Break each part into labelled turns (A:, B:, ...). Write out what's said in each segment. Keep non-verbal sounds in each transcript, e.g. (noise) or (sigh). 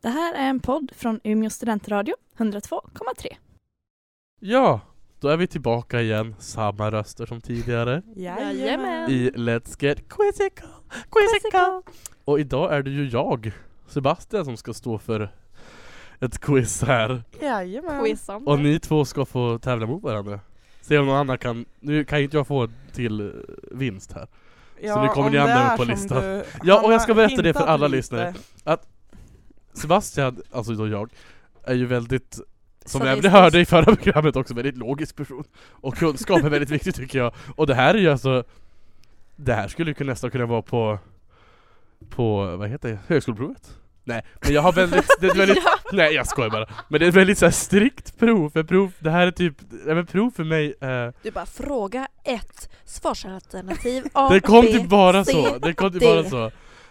A: Det här är en podd från Umeå studentradio, 102,3.
B: Ja, då är vi tillbaka igen, samma röster som tidigare
A: Jajamän.
B: i Let's Get Quizzical, Quizzical! Och idag är det ju jag, Sebastian, som ska stå för ett quiz här
C: Jajamän.
A: Quizande.
B: Och ni två ska få tävla mot varandra Se om någon annan kan, nu kan ju inte jag få en till eh, vinst här Så nu kommer
C: om
B: ni
C: det
B: andra
C: är
B: på
C: som
B: listan.
C: du-
B: Ja,
C: han
B: och jag ska
C: har
B: berätta det för
C: hintat
B: alla
C: lite.
B: lyssnare. Sebastian, alltså då jag, är ju väldigt som jag
A: Sadistisk.
B: hörde i förra programmet också, väldigt logisk person Och kunskap är väldigt viktigt tycker jag Och det här är ju alltså Det här skulle ju kunna- nästan kunna vara på På, vad heter det, högskoleprovet? Nej, men jag har väldigt, det är ett (laughs) väldigt Nej jag skojar bara Men det är ett väldigt så här, strikt prov, för prov, det här är typ, nej men prov för mig eh,
D: Du bara fråga ett svarsalternativ
B: (laughs)
D: A,
B: Det kom
D: B,
B: typ bara
D: C.
B: så, det kom typ
D: D.
B: bara så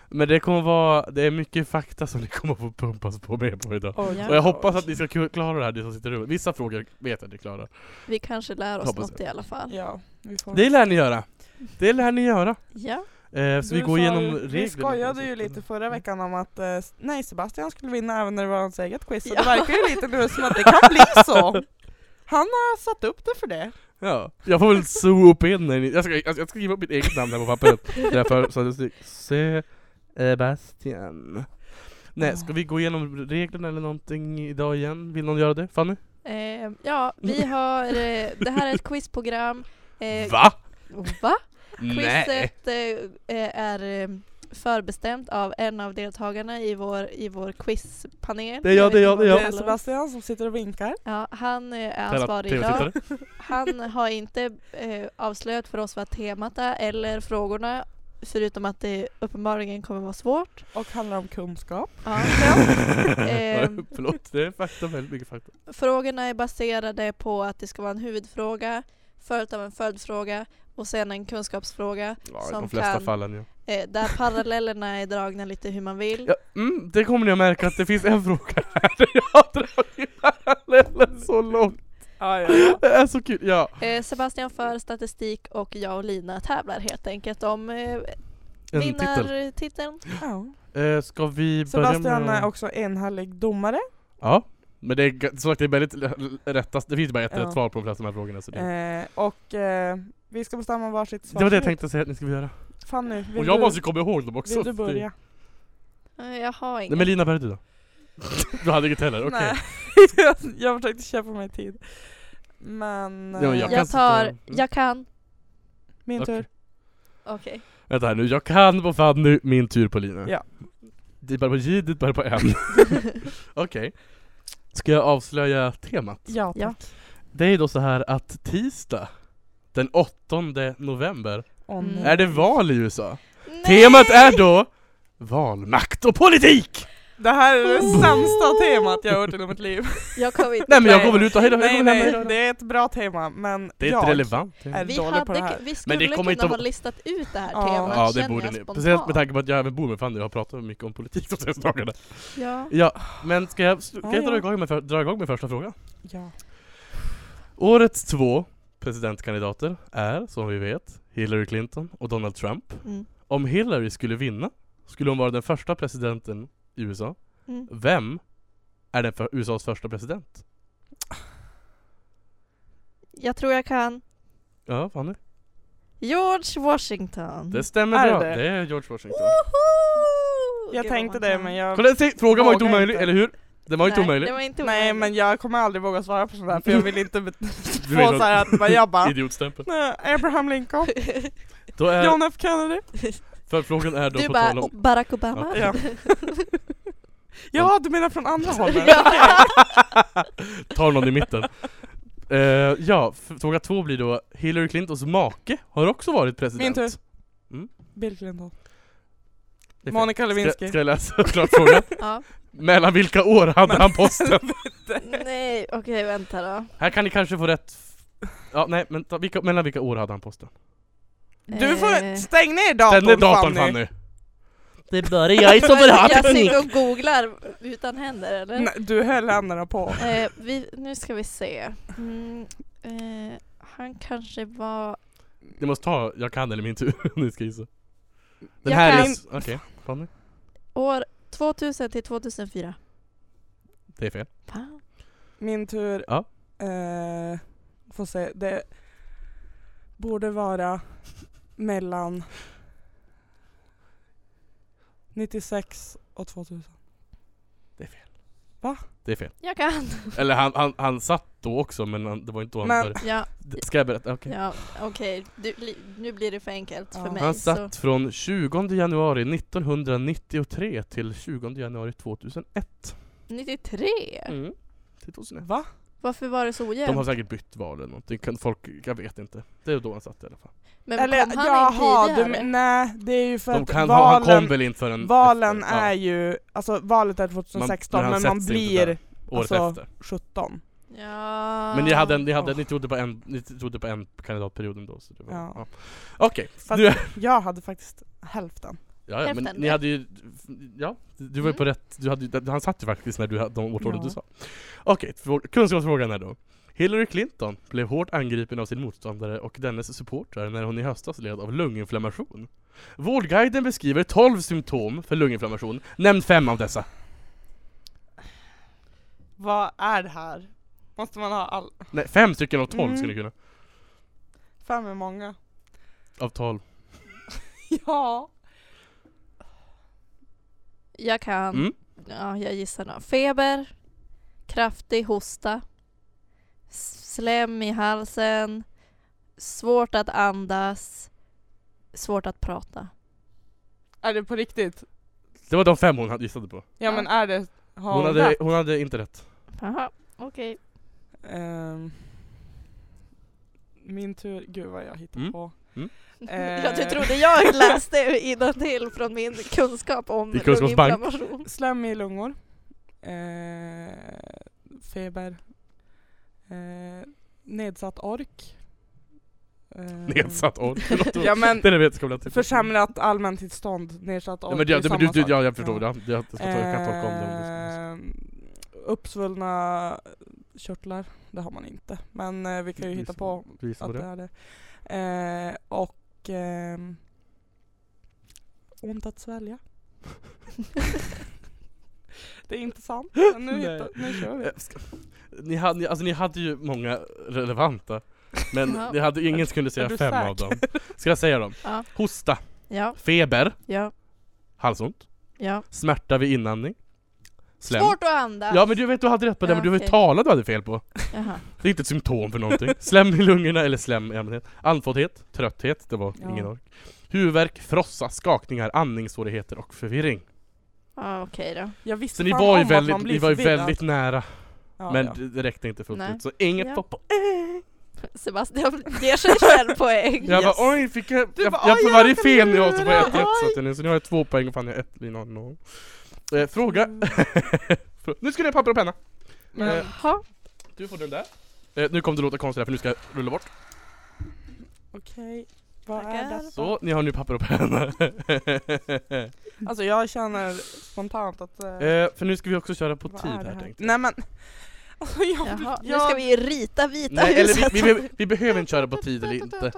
B: Men det kommer vara, det är mycket fakta som ni kommer få pumpas på med på idag
C: Oj,
B: Och jag hoppas att ni ska ku- klara det här, ni som sitter i rummet. Vissa frågor vet jag att ni klarar.
D: Vi kanske lär oss
B: Hoppas jag.
D: något i alla fall.
C: Ja, vi får...
B: Det lär ni göra! Det lär ni göra!
D: Ja.
B: Eh, så vi
C: Du
B: går
C: sa
B: igenom
C: ju-
B: reglerna.
C: Vi skojade ju lite
B: Mm.
C: förra veckan om att eh, s- nej Sebastian skulle vinna även när det var hans eget quiz, så det verkar ju lite nu som att det kan bli så. Han har satt upp det för det.
B: Ja. Jag får väl sopa in er. Jag ska, jag ska skriva upp mitt eget namn här på pappret. Därför så att det står Sebastian. Nej, ska vi gå igenom reglerna eller någonting idag igen? Vill någon göra det? Fanny?
D: Eh, ja, vi har... Eh, det här är ett quizprogram. Eh,
B: Va?
D: va?
B: Nej!
D: Quizet eh, är eh, förbestämt av en av deltagarna i vår, i vår quizpanel.
B: Det är jag,
D: vet
B: det är
D: inte
B: jag,
D: vad
B: det är
D: man
C: Det är
D: kallar dem.
C: Sebastian som sitter och vinkar.
D: Ja, han eh, är
B: Kära
D: ansvarig idag.
B: TV-tittare.
D: Han har inte eh, avslöjat för oss vad temat är eller frågorna. Förutom att det uppenbarligen kommer vara svårt.
C: Och handlar om kunskap.
D: Ja.
B: (laughs)
D: Ehm.
B: Förlåt, det är fakta, väldigt mycket fakta.
D: Frågorna är baserade på att det ska vara en huvudfråga, följt av en följdfråga och sen en kunskapsfråga
B: Ja, i
D: Som
B: de flesta
D: kan-
B: fallen ja.
D: eh,
B: (laughs)
D: där parallellerna är dragna lite hur man vill.
B: Ja, mm, det kommer ni att märka att det finns en fråga här (laughs) där jag har dragit parallellen så långt.
C: Ja, ja.
B: Det är så kul. Ja,
D: Eh, Sebastian för statistik och jag och Lina tävlar helt enkelt om eh,
B: en titel.
D: vinnartiteln.
B: Eh, ska vi börja
C: Sebastian
B: med...
C: är också enhällig domare.
B: Ja, men det är g- som sagt det är väldigt l- l- rättast. Det finns bara ett
C: Ja.
B: rätt svar på de flesta av de här frågorna. Så det...
C: Eh, och eh, vi ska bestämma varsitt svar.
B: det var det jag tänkte säga att ni skulle göra.
C: Fanny, vill
B: Och jag
C: du,
B: måste ju komma ihåg dem också.
C: vill du
B: Det-
C: börja?
D: Eh, jag har
B: Nej
D: ingen.
B: men Lina, börja
C: (laughs)
B: du då. du hade inget heller, okej.
C: Nej, (laughs) jag försökte köpa mig tid. Men...
B: Ja, men
C: eh,
B: jag kan
D: jag tar,
B: sitta-
D: jag kan.
C: Min
B: Okej.
C: tur.
D: Okej.
B: Vänta här nu, jag kan på Fanny, min tur på Lina.
C: Ja.
B: Dit bär på J, dit bär på M.
C: (laughs)
B: (laughs) okej. Ska jag avslöja temat?
C: Ja,
D: Ja.
C: tack.
B: Det är då så här att tisdag den 8 november
C: Åh,
D: Mm.
C: nej.
B: är det val i USA.
D: Nej!
B: Temat är då valmakt och politik!
C: Det här är det
D: Oh.
C: sämsta temat jag har hört i hela mitt
B: (laughs)
C: liv.
D: Jag kommer inte
B: Nej men jag
C: Nej.
B: kommer luta, hejdå, jag
C: Nej
B: kommer lämna
C: nej,
B: hejdå.
C: det är ett bra tema men
B: Det är
C: jag
B: inte relevant.
C: är
D: Vi,
C: dålig på det
D: hade,
C: här.
D: vi skulle
B: kommer
D: kunna
B: inte
D: ha
B: vara-
D: listat ut det här
C: Ja.
D: temat
B: Ja det
D: känner
B: borde
D: jag
B: ni.
D: spontant.
B: Speciellt med tanke på att jag även bor med Fanny och har pratat mycket om politik de senaste dagarna.
D: Ja.
B: Ja, men ska jag, ska
C: Ja,
B: jag dra,
C: ja.
B: igång med för, dra igång med första frågan?
C: Ja.
B: Årets två presidentkandidater är, som vi vet, Hillary Clinton och Donald Trump.
D: Mm.
B: Om Hillary skulle vinna skulle hon vara den första presidenten i USA.
D: Mm.
B: Vem är den för USAs första president?
D: Jag tror jag kan.
B: Ja, Fanny.
D: George Washington.
B: Det stämmer
C: Mm. Är
B: bra.
C: det?
B: Det är George Washington.
D: Woho!
C: Jag
D: Gud,
C: tänkte
D: vad man
C: det
D: kan.
C: men jag...
B: Kolla, se, frågan var inte
C: Vågar
B: omöjlig,
C: inte.
B: eller hur? Den var ju inte
D: Nej,
B: omöjlig.
D: Det var inte
C: Nej
D: omöjligt.
C: men jag kommer aldrig våga svara på sånt här för jag vill inte
B: (laughs)
C: bet-
B: Du
C: få
B: vet att-
C: så här att bara
B: (laughs)
C: jag bara
B: Idiotstämpel.
C: "Nej,
B: (laughs)
C: Abraham Lincoln,
B: Då är,
C: John F Kennedy.
B: för frågan är då
D: Du
B: på
D: bara,
B: tal om...
D: Barack Obama?
C: Ja. ja du menar
B: (laughs)
C: från andra hållet?
B: Tar någon i mitten. Eh, ja, f- fråga två blir då Hillary Clintons make har också varit
C: Min
B: president.
C: tur.
B: Mm.
C: Bill Clinton.
B: Det är fel.
C: Monica
B: Ska,
C: Lewinsky.
B: ska jag läsa (laughs) klart frågan?
D: Ja.
B: Mellan vilka år hade han posten?
D: Nej, okej vänta då.
B: Här kan ni kanske få rätt f- Ja nej, men ta, vilka, mellan vilka år hade han posten?
C: Du får
D: Eh.
C: stäng ner
B: Den
C: datorn,
B: är datorn
C: Fanny.
B: Fanny! Det är bara jag som vill ha
D: jag
B: teknik!
D: sitter och googlar utan händer eller?
C: Nej, du höll händerna på.
D: Eh, vi, nu ska vi se. Mm, eh, han kanske var...
B: Ni måste ta jag kan eller min tur, (laughs) ni ska gissa. Den
D: Jag
B: här
D: kan.
B: är... s- Okej, Fanny.
D: År 2000 till 2004.
B: Det är fel.
D: Fan.
C: Min tur.
B: Ja.
C: Eh, får se. Det borde vara mellan 96 och 2000.
B: Det är fel.
D: Jag kan.
B: Eller han, han, han satt då också men han, det var inte då han
C: Men-
B: började.
D: Ja,
B: D- Ska jag berätta? Okej.
D: ja okej. Du, li- Nu blir det för enkelt
C: Ja.
D: för mig.
B: Han
D: så.
B: satt från 20 januari 1993 till 20 januari 2001.
D: 93?
B: Mm. Till 2001.
C: Va?
D: Varför var det så
B: De har
D: ojämnt?
B: säkert bytt val eller någonting. Kan Folk, jag vet inte. Det är då han satt i alla fall.
D: Men
C: Eller
D: kom han in
C: du,
D: tidigare?
C: men- nej det är ju för
B: De
C: att
B: kan, ha-
C: valen,
B: han kom väl inte förrän
C: valen
B: efter, ja,
C: är ju, alltså valet är 2016
B: han
C: men, man
B: sätts inte där.
C: blir
B: året
C: alltså-
B: efter.
C: 17.
D: Ja.
B: Men ni, hade, en- ni, hade,
C: åh.
B: ni, trodde på en, ni trodde på en kandidatperiod ändå. Så det var,
C: Ja.
B: ja. Okej,
C: Fast-
B: du, ja,
C: Jag hade faktiskt hälften.
B: ja, men
D: Hälften
B: ni
D: rätt.
B: hade ju, ja, du var ju på rätt, du hade, ju- han satt ju faktiskt när du hade de årtalet
C: Mm. Ja.
B: du sa. Okej, frå- kunskapsfrågan är då. Hillary Clinton blev hårt angripen av sin motståndare och dennes supportrar när hon i höstas led av lunginflammation. Vårdguiden beskriver 12 symptom för lunginflammation. Nämn fem av dessa.
C: Vad är det här? Måste man ha all...
B: Nej, fem stycken av 12
C: Mm.
B: skulle ni kunna.
C: Fem är många.
B: Av 12.
C: (laughs) Ja.
D: Jag kan.
B: Mm.
D: Ja, jag gissar nog. Feber, kraftig hosta, s- slem i halsen, svårt att andas, svårt att prata.
C: Är det på riktigt?
B: Det var de fem hon hade gissade på.
C: Ja men är det... Har
B: Hon hade, hon hade inte rätt.
D: Jaha, okej.
C: Ehm, min tur, gud vad jag hittar
B: Mm.
C: på.
B: Mm.
D: Ja,
C: (laughs)
D: du
C: Eh.
D: trodde jag läste innantill från min kunskap om
B: Din kunskapsbank.
D: lunginflammation.
C: Slem i lungor. Eh, feber. Eh, nedsatt ork. Ehm,
B: Nedsatt
C: (laughs)
B: ork. Det låter-
C: Ja
B: (laughs)
C: men
B: Det är det vetenskapliga typen.
C: försämrat allmäntillstånd, nedsatt ork.
B: Ja, men
C: är
B: det, det,
C: samma
B: men du, du,
C: sak.
B: ja, jag förstår. Ja. Jag, jag, ska ta, jag kan tolka om det. om det.
C: Ehm, Uppsvullna körtlar, det har man inte. Men eh, vi kan ju hitta på
B: Du gissar på
C: att det
B: det?
C: är det. Eh, och ehm, ont
B: (laughs)
C: att svälja. det är inte sant. Men nu,
B: Nej.
C: hittar, nu kör vi.
B: Eh, ska- Ni hade, ni- alltså, ni hade ju många relevanta.
C: (laughs)
B: Men
D: Ja.
B: ni hade, ingen kunde
C: Är
B: säga
C: du
B: fem av dem. Ska jag
C: (laughs)
B: säga dem?
D: Ja,
B: Hosta,
D: ja,
B: feber,
D: ja,
B: halsont,
D: ja.
B: smärta vid inandning, slem.
D: Svårt att andas.
B: Ja men du vet, du hade rätt på det,
D: Ja,
B: men du var
D: okej.
B: talad du hade fel på.
D: Jaha.
B: Det är inte ett symptom för
C: (laughs)
B: någonting. Slem i lungorna eller slem i allmänhet. Andfåddhet, trötthet, det var
C: Ja.
B: ingen ork. Huvudvärk, frossa, skakningar, andningssvårigheter och förvirring.
D: Ja, okej då.
C: Jag visste
B: Så ni
C: fan
B: var ju
C: om att
B: väldigt,
C: man blir
B: ni var ju
C: förvirrad.
B: väldigt nära,
C: Ja,
B: men
C: ja.
B: det- det räckte inte fullt
D: Nej.
B: ut. Så inget
D: Ja.
B: ja. på
D: Sebastian ger sig själv poäng.
B: Jag
C: Yes.
B: bara oj, fick jag...
C: Du
B: jag,
C: bara,
B: jag
C: oj,
B: för
C: jag
B: varje
C: kan
B: fel ni har så får jag
C: lura,
B: ett rätt så
C: oj.
B: att jag nu- så nu har jag två poäng och fan jag har ett lina noll. Eh, fråga...
C: Mm.
B: (laughs) nu ska ni ha papper och penna! Eh.
C: Men,
D: Jaha.
B: Du får den där. Eh, nu kommer det låta konstigt här för nu ska jag rulla bort.
C: Okej, vad är
D: Tackar.
C: detta?
B: Så, ni har nu papper och penna. (laughs)
C: Alltså jag känner spontant att... eh,
B: eh, för nu ska vi också köra på
C: vad
B: tid
C: är det
B: här tänkte jag.
C: Nej men! Alltså jag...
D: Jaha. Nu
C: jag
D: ska vi rita Vita
B: Nej, eller
D: huset.
B: vi, vi, vi, vi behöver inte köra på tid
C: (laughs)
B: eller inte.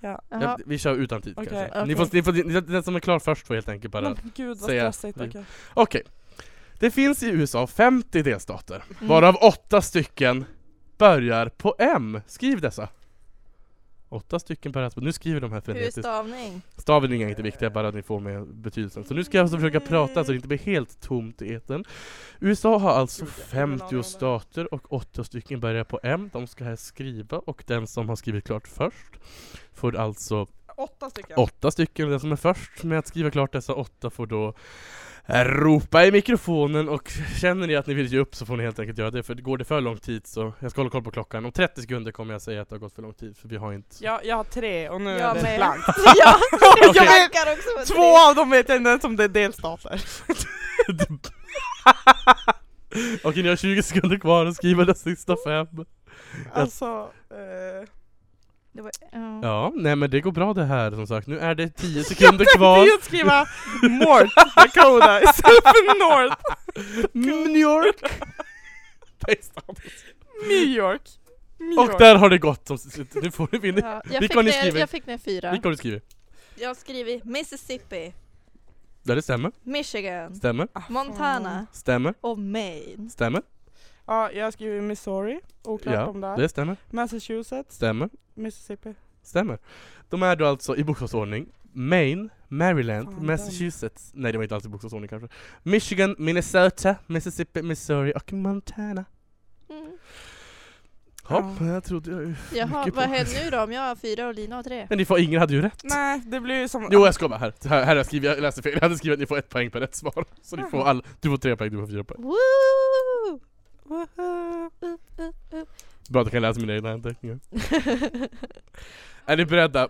D: Jaha.
B: Jag, vi kör utan tid
C: Okej,
B: kanske.
D: okej.
B: Ni får, ni får, ni, den som är klar först får helt enkelt bara...
C: Men gud vad
B: säga-
C: stressigt,
B: vi-
C: okej.
B: Okej. Det finns i USA 50 delstater,
D: Mm.
B: varav 8 stycken börjar på M. Skriv dessa. 8 stycken börjar på... Nu skriver de här
D: Hur är
B: frenetiskt.
D: stavning?
B: Stavningen är inte viktiga, bara att ni får med betydelsen. Så nu ska jag alltså försöka prata så det inte blir helt tomt i etern. USA har alltså
C: Gud, jag har ingen aning om
B: 50
C: det.
B: stater och 8 stycken börjar på M. De ska här skriva och den som har skrivit klart först får alltså
C: Åtta stycken.
B: åtta stycken och den som är först med att skriva klart dessa åtta får då ropa i mikrofonen och känner ni att ni vill ge upp så får ni helt enkelt göra det för går det för lång tid så jag ska hålla koll på klockan om 30 sekunder kommer jag säga att det har gått för lång tid för vi har inte
C: Jag, jag har tre och
B: Eh,
C: nu
D: Jag
C: är det
D: med.
C: (laughs) blankt.
D: ja,
B: Okej.
D: jag verkar också
C: (laughs)
D: vara
C: Två av dem vet jag inte ens om det är delstater.
B: (laughs) Okej ni har 20 sekunder kvar att skriva de sista fem
C: Alltså, eh,
D: Det var, ja.
B: Ja, nej men det går bra det här som sagt, nu är det 10
C: jag
B: sekunder
C: tänkte
B: kvar
C: ju skriva North
B: (laughs)
C: Dakota istället för North
B: Mm, New York! (laughs)
C: New York. New
B: Och
C: York.
B: där har det gått som slut, nu får ni vinna
D: Ja, jag,
B: Vilka
D: fick
B: har ni
D: ner,
B: skrivit?
D: jag fick ner fyra.
B: Vilka har du skrivit?
D: Jag har skrivit Mississippi.
B: Ja, det stämmer.
D: Michigan,
B: Stämmer.
C: Ah, fan.
D: Montana
B: Stämmer.
D: och Maine.
B: Stämmer.
C: Ja, jag skriver Missouri. Oklart
B: Ja,
C: om det.
B: Det stämmer.
C: Massachusetts.
B: Stämmer.
C: Mississippi.
B: Stämmer. De är då alltså i bokstavsordning Maine, Maryland,
C: Fan, den.
B: Massachusetts, nej det var inte alls i bokstavsordning kanske, Michigan, Minnesota, Mississippi, Missouri och Montana.
D: Mm.
B: Ja, jag trodde jag ju.
D: Jaha,
B: Mycket på- Eh.
D: vad händer nu då om jag har fyra och Lina har tre?
B: Men ni får, ingen hade ju rätt.
C: Nej, det blir ju som...
B: Jo jag ska bara här, här, här har jag skrivit, jag läste fel, jag hade skrivit att ni får ett poäng per rätt svar. Så ni får
C: Jaha.
B: all, du får tre poäng, du får fyra poäng.
D: Woo!
C: Woho!
D: Upp, upp, upp.
B: Bra att jag kan läsa mina egna anteckningar. Är ni beredda?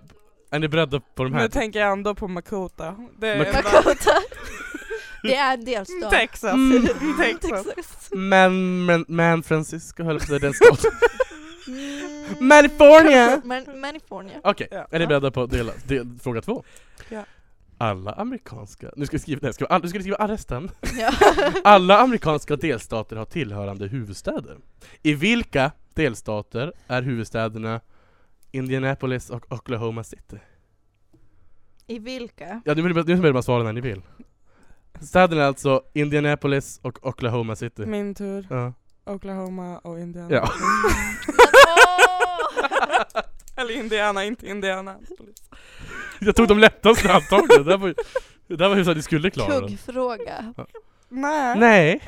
B: Är ni beredda på de
C: Nu (laughs)
B: här?
C: tänker jag ändå på Makota. Det är
B: Mak-
C: bara-
D: Dakota. Det är en delstat.
C: Texas.
B: Mm.
C: Texas.
D: Texas.
B: Man, man, man Francisco höll jag på att säga, den staten.
D: Mm.
B: California!
D: Man- Manifornia.
B: Okej,
C: Ja.
B: är ni beredda på del, del, fråga två?
C: Ja.
B: Alla amerikanska, nu ska jag skriva, nej, ska, all, nu ska du skriva all resten.
D: Ja.
B: (laughs) Alla amerikanska delstater har tillhörande huvudstäder. I vilka delstater är huvudstäderna Indianapolis och Oklahoma City?
D: I (laughs) vilka?
B: Ja, nu vill nu vill man svara när ni vill. Städerna är alltså Indianapolis och Oklahoma City.
C: Min tur.
B: Ja.
C: Oklahoma och Indiana.
B: Ja.
C: (laughs) Eller Indiana, inte Indiana.
B: Jag tog de lättaste antagligen, det där var ju- det där var ju så att ni skulle klara den.
D: Kuggfråga.
C: Nej.
B: Nej,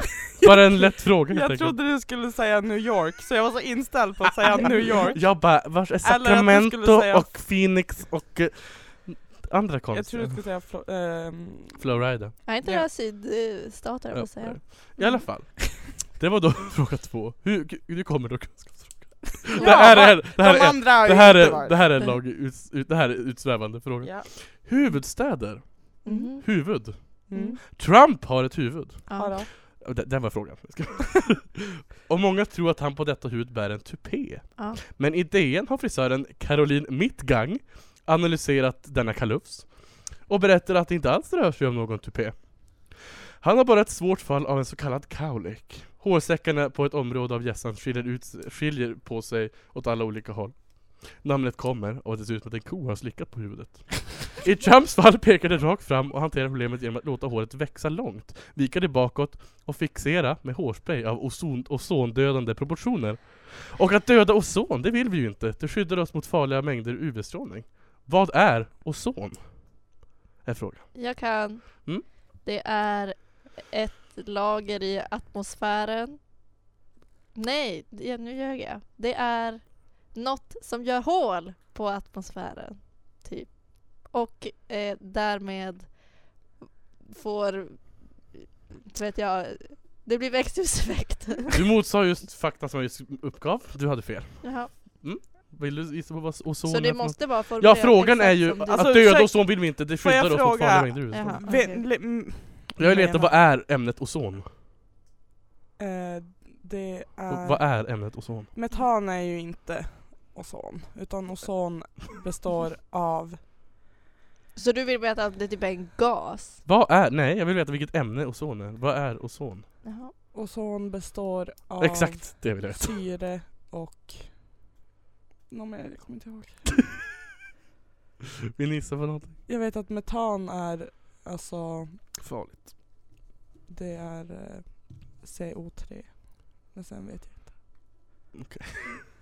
B: bara en lätt fråga helt
C: Jag
B: enkelt.
C: trodde du skulle säga New York, så jag var så inställd på att säga New York.
B: Jag bara, vars är
C: Eller att du
B: Sacramento
C: skulle säga-
B: och Phoenix och eh, andra
C: Jag tror
B: konstiga?
C: du skulle säga Flo- ehm,
B: Florida.
D: Är inte det
C: Ja.
D: här sydstater, höll jag på att säga?
B: I alla fall. Det var då (laughs) fråga två. Hur, nu kommer då kunskapsfrågan.
C: Ja,
B: det här
C: va?
B: är, det här
C: de
B: är,
C: andra har
B: det
C: ju
B: här
C: inte
B: är,
C: varit.
B: det här är, en lag, uts- ut, det här är utsvävande fråga.
C: Ja.
B: Huvudstäder.
D: Mhm.
B: Huvud.
C: Mm.
B: Trump har ett huvud.
C: Ja.
D: Ja.
C: då.
B: Det, den var frågan. (laughs) och många tror att han på detta huvud bär en tupé.
D: Ja.
B: Men i DN har frisören Caroline Mittgang analyserat denna kalufs och berättar att det inte alls rör sig om någon tupé. Han har bara ett svårt fall av en så kallad cowlick. Hårsäckarna på ett område av hjässan skiljer, ut, skiljer på sig åt alla olika håll. Namnet kommer och det ser ut som att en ko har slickat på huvudet. I Trumps fall pekar det rakt fram och hanterar problemet genom att låta håret växa långt, vika det bakåt och fixera med hårspray av ozon, ozondödande proportioner. Och att döda ozon, det vill vi ju inte. Det skyddar oss mot farliga mängder UV-strålning. Vad är ozon? Är frågan.
D: Jag kan.
B: Mm.
D: Det är ett lager i atmosfären. Nej, det, nu ljög jag. Det är något som gör hål på atmosfären. Typ. Och eh, därmed får, inte vet jag, det blir växthuseffekt. (laughs)
B: Du motsade just fakta som jag just uppgav. Du hade fel.
D: Jaha.
B: Vill du gissa på vad ozon
D: Så
B: är för
D: det
B: något?
D: måste vara formulerat
B: Ja, frågan
D: exakt
B: är ju
D: som du-
B: att
C: Alltså,
B: döda
C: ursäkta-
B: ozon vill vi inte. Det
C: Får jag
B: skyddar oss mot
C: fråga?
B: farliga mängder UV-strålning.
D: Jaha.
C: Vi-
D: Okej.
C: li- mm,
B: Jag vill veta,
C: menar-
B: vad är ämnet ozon?
C: eh, Det
B: Och
C: är...
B: vad är ämnet ozon?
C: Metan är ju inte ozon, utan ozon består av...
D: Så du vill veta att det typ är en gas?
B: Vad är, nej jag vill veta vilket ämne ozon är. Vad är ozon?
D: Jaha.
C: Ozon består av
B: Exakt, det vill jag veta.
C: syre och... Någon mer, jag kommer inte ihåg.
B: Vill ni gissa på någonting?
C: Jag vet att metan är, alltså,
B: Farligt.
C: det är eh, CO3. Men sen vet jag inte.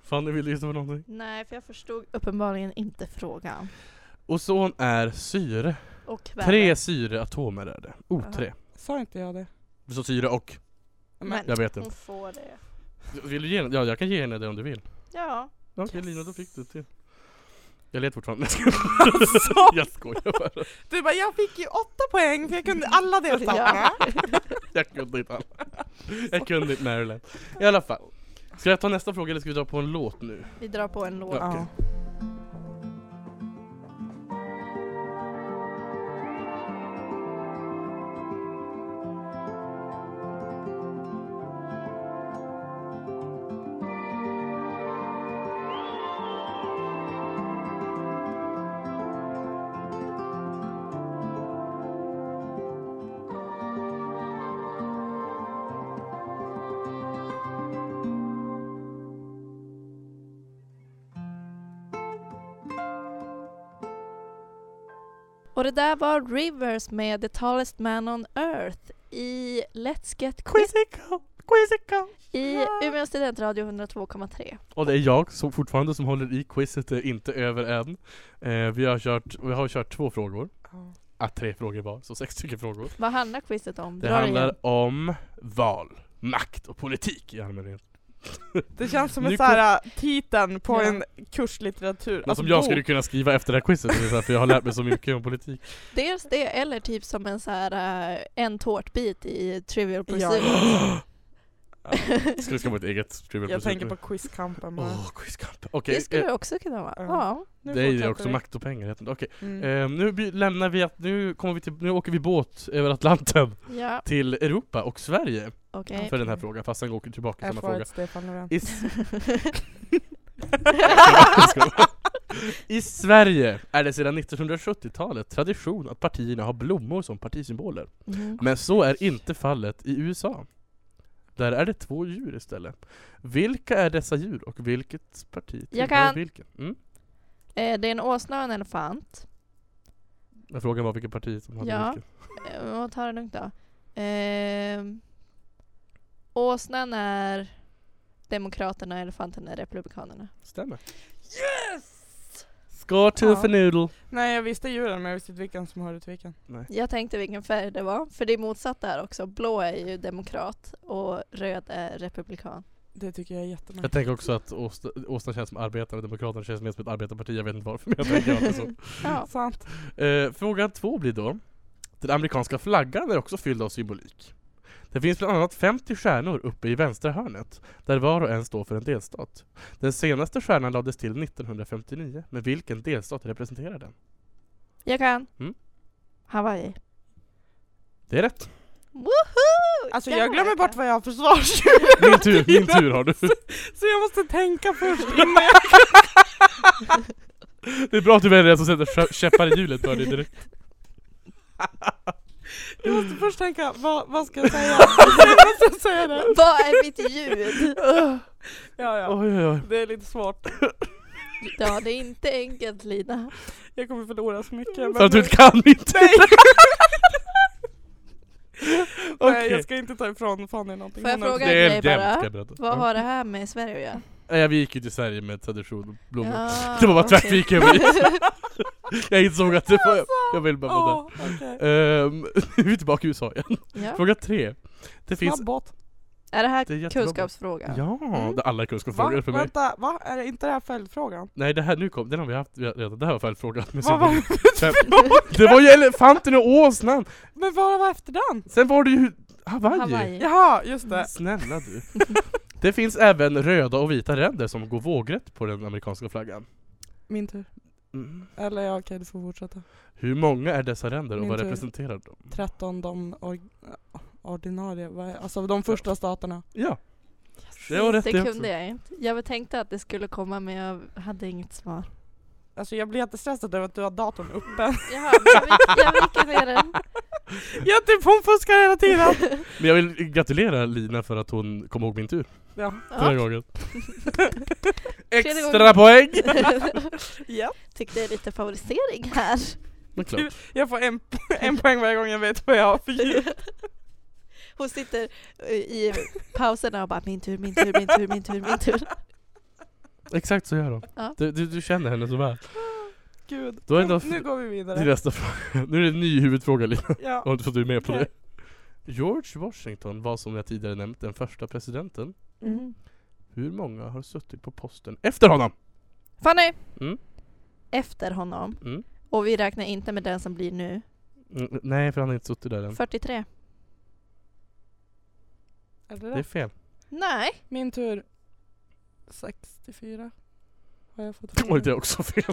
B: Fanny, vill du gissa på någonting?
D: Nej, för jag förstod uppenbarligen inte frågan.
B: Ozon är syre.
D: Och
B: Tre syreatomer är det. O3.
C: Sa inte jag det?
B: Så syre och?
D: Men
B: Jag vet inte.
D: hon får det.
B: Vill du ge, ja, jag kan ge henne det om du vill.
D: Ja.
B: Ja, Okej
D: Yes.
B: Lina, då fick du det till. Jag let fortfarande. (laughs) jag skojar bara.
C: Du bara, jag fick ju åtta poäng för jag (laughs) kunde alla delstaterna.
B: Jag kunde inte alla. Jag kunde inte Maryland. I alla fall. Ska jag ta nästa fråga eller ska vi dra på en låt nu?
D: Vi drar på en låt.
B: Ja.
C: Ja.
D: Och det där var Rivers med The Tallest Man on Earth i Let's Get Quiz
C: Quizzical! Quizzical!
D: i
C: Ja.
D: Umeå studentradio 102,3.
B: Och det är jag som fortfarande som håller i quizet, det är inte över än. Eh, vi, har kört, vi har kört två frågor,
C: Ja.
B: ah, tre frågor var, så sex stycken frågor.
D: Vad handlar quizet om?
B: Det
D: Dra
B: handlar
D: igen.
B: om val, makt och politik i allmänhet.
C: Det känns som
B: Nu
C: en sån här titeln på
D: Ja.
C: en kurslitteratur.
B: Men
C: Alltså,
B: som jag
C: bok.
B: skulle kunna skriva efter det här quizet, det är så här, för jag har lärt mig så mycket om
C: (gasps)
B: politik.
D: Dels det eller typ som en så här eh, en tårtbit i Trivial
C: Ja.
D: Pursuit.
B: Skulle skapa ett eget trivial
C: Jag
B: pursuit
C: tänker
B: nu.
C: på quizkampen bara.
B: Åh, quizkamp. Okej,
D: (laughs) Det skulle
B: eh,
D: det också kunna vara.
C: Ja.
D: Ja.
C: Nu
B: det är ju
C: fortsätter
B: också
C: vi.
B: makt och pengar heter det. Okej,
C: Mm.
B: eh, nu by- lämnar vi att, nu kommer vi till, nu åker vi båt över Atlanten
D: Ja,
B: till Europa och Sverige
D: okej.
B: för den här
C: Okej.
B: frågan, fast sen åker tillbaka till samma
C: F-ordet
B: fråga.
C: Stefan Löfven.
B: I, s- Jag skojar bara. I Sverige är det sedan 1970-talet tradition att partierna har blommor som partisymboler.
D: Mhm.
B: Men så är inte fallet i USA. Där är det två djur istället. Vilka är dessa djur och vilket parti tillhör
D: kan.
B: vilken? Mm?
D: Eh, Det är en åsna och en elefant.
B: Men Frågan var vilket parti som hade
D: Ja.
B: vilket.
D: Eh, Och ta det lugnt då. Ehm, åsnan är Demokraterna och elefanten är Republikanerna.
B: Stämmer.
D: Yes!
B: Score to
C: Ja.
B: for noodle.
C: Nej jag visste djuren men jag visste inte vilken som hörde till vilken.
D: Jag tänkte vilken färg det var, för det är motsatt där också. Blå är ju demokrat och röd är republikan.
C: Det tycker jag är
B: Jag
C: jättemärkligt.
B: tänker också att Åsna, Åsna känns som arbetare och Demokraterna känns mer som ett arbetarparti. Jag vet inte varför men jag tänker alltid så.
D: Ja.
C: Sant.
B: Eh, fråga två blir då. Den amerikanska flaggan är också fylld av symbolik. Det finns bland annat 50 stjärnor uppe i vänstra hörnet, där var och en står för en delstat. Den senaste stjärnan lades till 1959, men vilken delstat representerar den?
D: Jag kan.
B: Mm.
D: Hawaii.
B: Det är
D: (laughs)
B: rätt!
D: Woho!
C: Alltså
D: Där
C: jag
D: var
C: glömmer
D: det.
C: bort vad jag har försvarsdjur
B: Min tur, min tur har du!
C: så jag måste tänka
B: (laughs)
C: först innan jag...
B: Det är bra att du väljer den som sätter kä- käppar i hjulet för dig direkt.
C: Jag måste först tänka vad, vad ska
B: (laughs)
C: jag säga? Sen måste jag säga det.
D: Vad är
B: (laughs)
D: mitt ljud?
C: Ja ja.
B: Oj, oj, oj.
C: Det är lite svårt.
D: Ja, det är inte enkelt Lina.
C: Jag kommer förlora så mycket. men
B: För att du
C: nu-
B: inte kan min tur!
C: Nej
B: Okej.
C: jag ska inte ta ifrån Fanny någonting.
D: Får jag
C: Hon har-
D: fråga
B: Det är
D: en
B: jämnt
D: grej
B: kan
D: bara?
B: jag berätta.
D: Vad har det här med Sverige att göra?
B: Nej, vi gick ju till Sverige med tradition och blommor.
D: Ja,
B: Det var bara
D: okej.
B: tvärt vi
D: (laughs)
B: gick över dit. Jag insåg att det var, jag vill bara få det.
C: Ja, okej.
B: Ehm, (laughs) Nu är vi tillbaka i USA igen.
D: Ja.
B: Fråga tre. Det Eh, finns...
C: Snabb båt.
D: Är det
B: Det är
D: här
B: jättebra.
D: kunskapsfråga?
B: Ja,
C: Mm.
B: det är alla kunskapsfrågor
C: Va?
B: för mig.
C: Vänta, va? Är det inte det här följdfrågan?
B: Nej, det här nu kom, den har vi haft redan. Det här var följdfrågan. Men
C: Vad
B: sen-
C: var det
B: sen-
C: för fråga?
B: (laughs) Det var ju elefanten och åsnan!
C: (laughs) Men vad var efter den? Mm.
B: Sen var det ju Hawaii.
D: Hawaii.
C: Jaha, just det.
B: Snälla du. (laughs) Det finns även röda och vita ränder som går vågrätt på den amerikanska flaggan.
C: Min tur.
B: Mm.
C: Eller ja, okej du får fortsätta.
B: Hur många är dessa ränder och
C: Min
B: vad
C: tur.
B: representerar de?
C: 13 de or- ordinarie, vad är, alltså de första staterna.
B: Ja. Det var rätt
D: det
B: det
D: kunde
B: också.
D: jag inte. Jag tänkte att det skulle komma men jag hade inget svar.
C: Alltså jag blir jättestressad över att du har datorn uppe.
D: Jaha, men jag, vill, jag vill inte ner den. (laughs)
C: jag typ hon fuskar hela tiden!
B: Men jag vill gratulera Lina för att hon kom ihåg min tur
C: Ja.
B: förra
D: Ja.
B: gången.
D: Tredje gången.
B: Extra poäng!
C: ja.
D: Tyckte det är lite favorisering här.
B: Men klart.
C: Jag får en, po- en poäng varje gång jag vet vad jag har för ljud.
D: Hon sitter eh, i pauserna och bara min tur, min tur, min tur, min tur, min tur.
B: Exakt så gör hon.
D: Ja.
B: Du, du, du känner henne så väl.
C: Gud.
B: Då är det-
C: nu går vi
B: Till
C: vidare.
B: nästa fråga. Nu är det en ny huvudfråga Lina. Jag har
C: Ja.
B: inte fått du med på det.
C: Nej.
B: George Washington var som jag tidigare nämnt den första presidenten.
D: Mm.
B: Hur många har suttit på posten efter honom?
D: Fanny!
B: Mm.
D: Efter honom.
B: Mm.
D: Och vi räknar inte med den som blir nu.
B: Mm, nej, för han har inte suttit där än.
D: 43.
C: Är det
B: Det är
C: det?
B: fel.
D: Nej.
C: Min tur. 64. Har jag fått
B: Oj, det är också fel.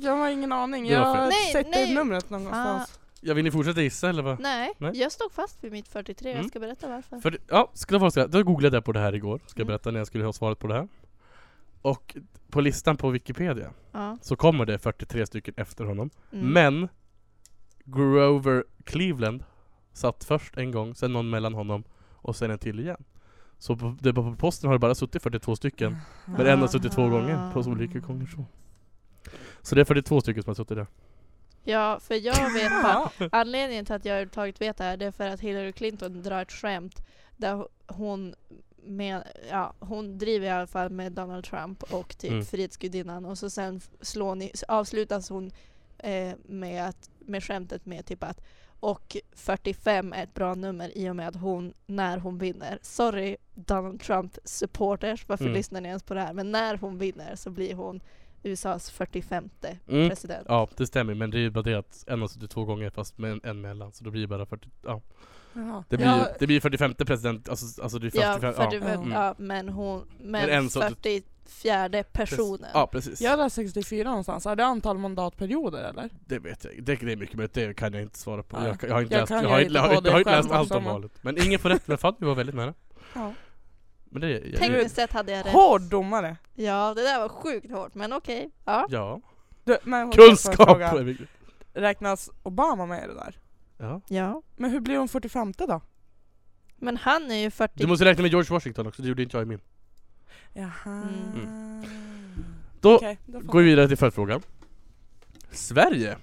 C: Jag har ingen aning.
B: Det var
C: Jag
B: fel.
C: har
D: Nej,
C: sett
D: nej.
C: det numret någonstans.
B: Ja, vill ni fortsätta gissa eller vad?
D: Nej.
B: Nej.
D: Jag stod fast vid mitt 43.
B: Mm.
D: Jag ska berätta varför.
B: För, ja, skulle vara så här. Då googlade jag på det här igår. Ska jag
D: Mm.
B: berätta när jag skulle ha svaret på det här. Och på listan på Wikipedia
D: Ja.
B: så kommer det 43 stycken efter honom.
D: Mm.
B: Men Grover Cleveland satt först en gång, sen någon mellan honom och sen en till igen. Så på, det, på posten har det bara suttit 42
D: (laughs)
B: stycken, Ah. men
D: Ah.
B: en har suttit två gånger på olika gånger så. Så det är 42 stycken som har suttit där.
D: Ja, för jag vet bara,
C: Ja.
D: anledningen till att jag överhuvudtaget vet det här det är för att Hillary Clinton drar ett skämt där hon med, ja, hon driver i alla fall med Donald Trump och typ
B: Mm.
D: Frihetsgudinnan och så sen slår ni, avslutas hon eh, med, att, med skämtet med typ att och 45 är ett bra nummer i och med att hon, när hon vinner, sorry Donald Trump supporters, varför
B: Mm.
D: lyssnar ni ens på det här? Men när hon vinner så blir hon USAs 45
B: Mm.
D: president.
B: Ja, det stämmer. Men det är ju bara det att en har suttit två gånger fast med en, en mellan. Så då blir det bara 40, ja.
C: Jaha.
B: Det blir,
D: Ja.
B: det blir 45 president, alltså, alltså det är 45,
D: Ja, för du,
C: Ja.
D: men, ja, men hon, men,
B: Mm. Men en så-
D: 44 personen.
B: Ja, precis.
C: Jag har 64 någonstans, är det antal mandatperioder eller?
B: Det vet jag Det, det är mycket möjligt, det kan jag inte svara på.
C: Nej.
B: Jag, kan- jag har inte
C: Jag
B: läst,
C: kan
B: jag
C: ju
B: har
C: inte
B: inte, jag har
C: på
B: inte,
C: det
B: jag har inte
C: själv
B: läst allt
C: också,
B: om
C: men-
B: valet. Men ingen får rätt, men fan du var väldigt nära.
C: Ja.
B: Men det, jag, jag,
D: Tekniskt sett hade jag rätt.
C: Hård domare!
D: Ja, det där var sjukt hårt, men okej. Ja.
B: ja.
C: Du, men jag får en
B: Kunskap! (laughs)
C: fråga.
B: är viktigt.
C: Räknas Obama med i det där?
B: Ja.
D: ja.
C: Men hur blir hon 45 då?
D: Men han är ju 40.
B: Du måste räkna med George Washington också, det gjorde inte jag i min.
C: Jaha.
B: Mm. Då
C: Okej, då
B: går vi vidare till följdfrågan. Sverige,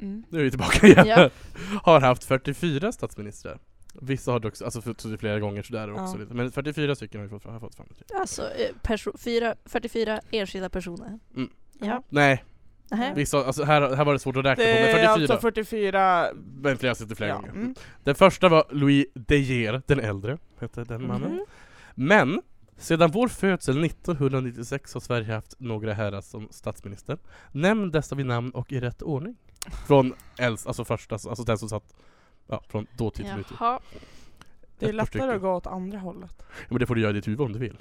C: Mm.
B: nu är vi tillbaka igen,
D: Ja.
B: (laughs) har haft 44 statsministrar. Vissa har också, alltså för- så det är flera gånger sådär också
C: Ja.
B: lite. Men 44 stycken har vi fått fram. Har fått fram typ.
D: Alltså eh, perso- fyra, 44 enskilda personer.
B: Mm.
D: Ja.
B: Nej,
D: Nähä.
B: vissa, alltså här, här var det svårt att räkna på, men
C: Det
B: 44.
C: är alltså 44...
B: Men flera har suttit flera
C: ja,
B: gånger.
C: mm.
B: Den första var Louis De Geer, den äldre, hette den mannen.
C: Mm.
D: Mhm.
B: Men sedan vår födsel 1996 har Sverige haft några herrar som statsminister. Nämn dessa vid namn och i rätt ordning. Från äldst, alltså första, alltså den som satt ja, från dåtid till nutid.
D: Jaha.
C: Det är
B: Ett par
C: lättare
B: stycken.
C: att gå åt andra hållet.
B: Ja, men det får du göra i ditt huvud om du vill.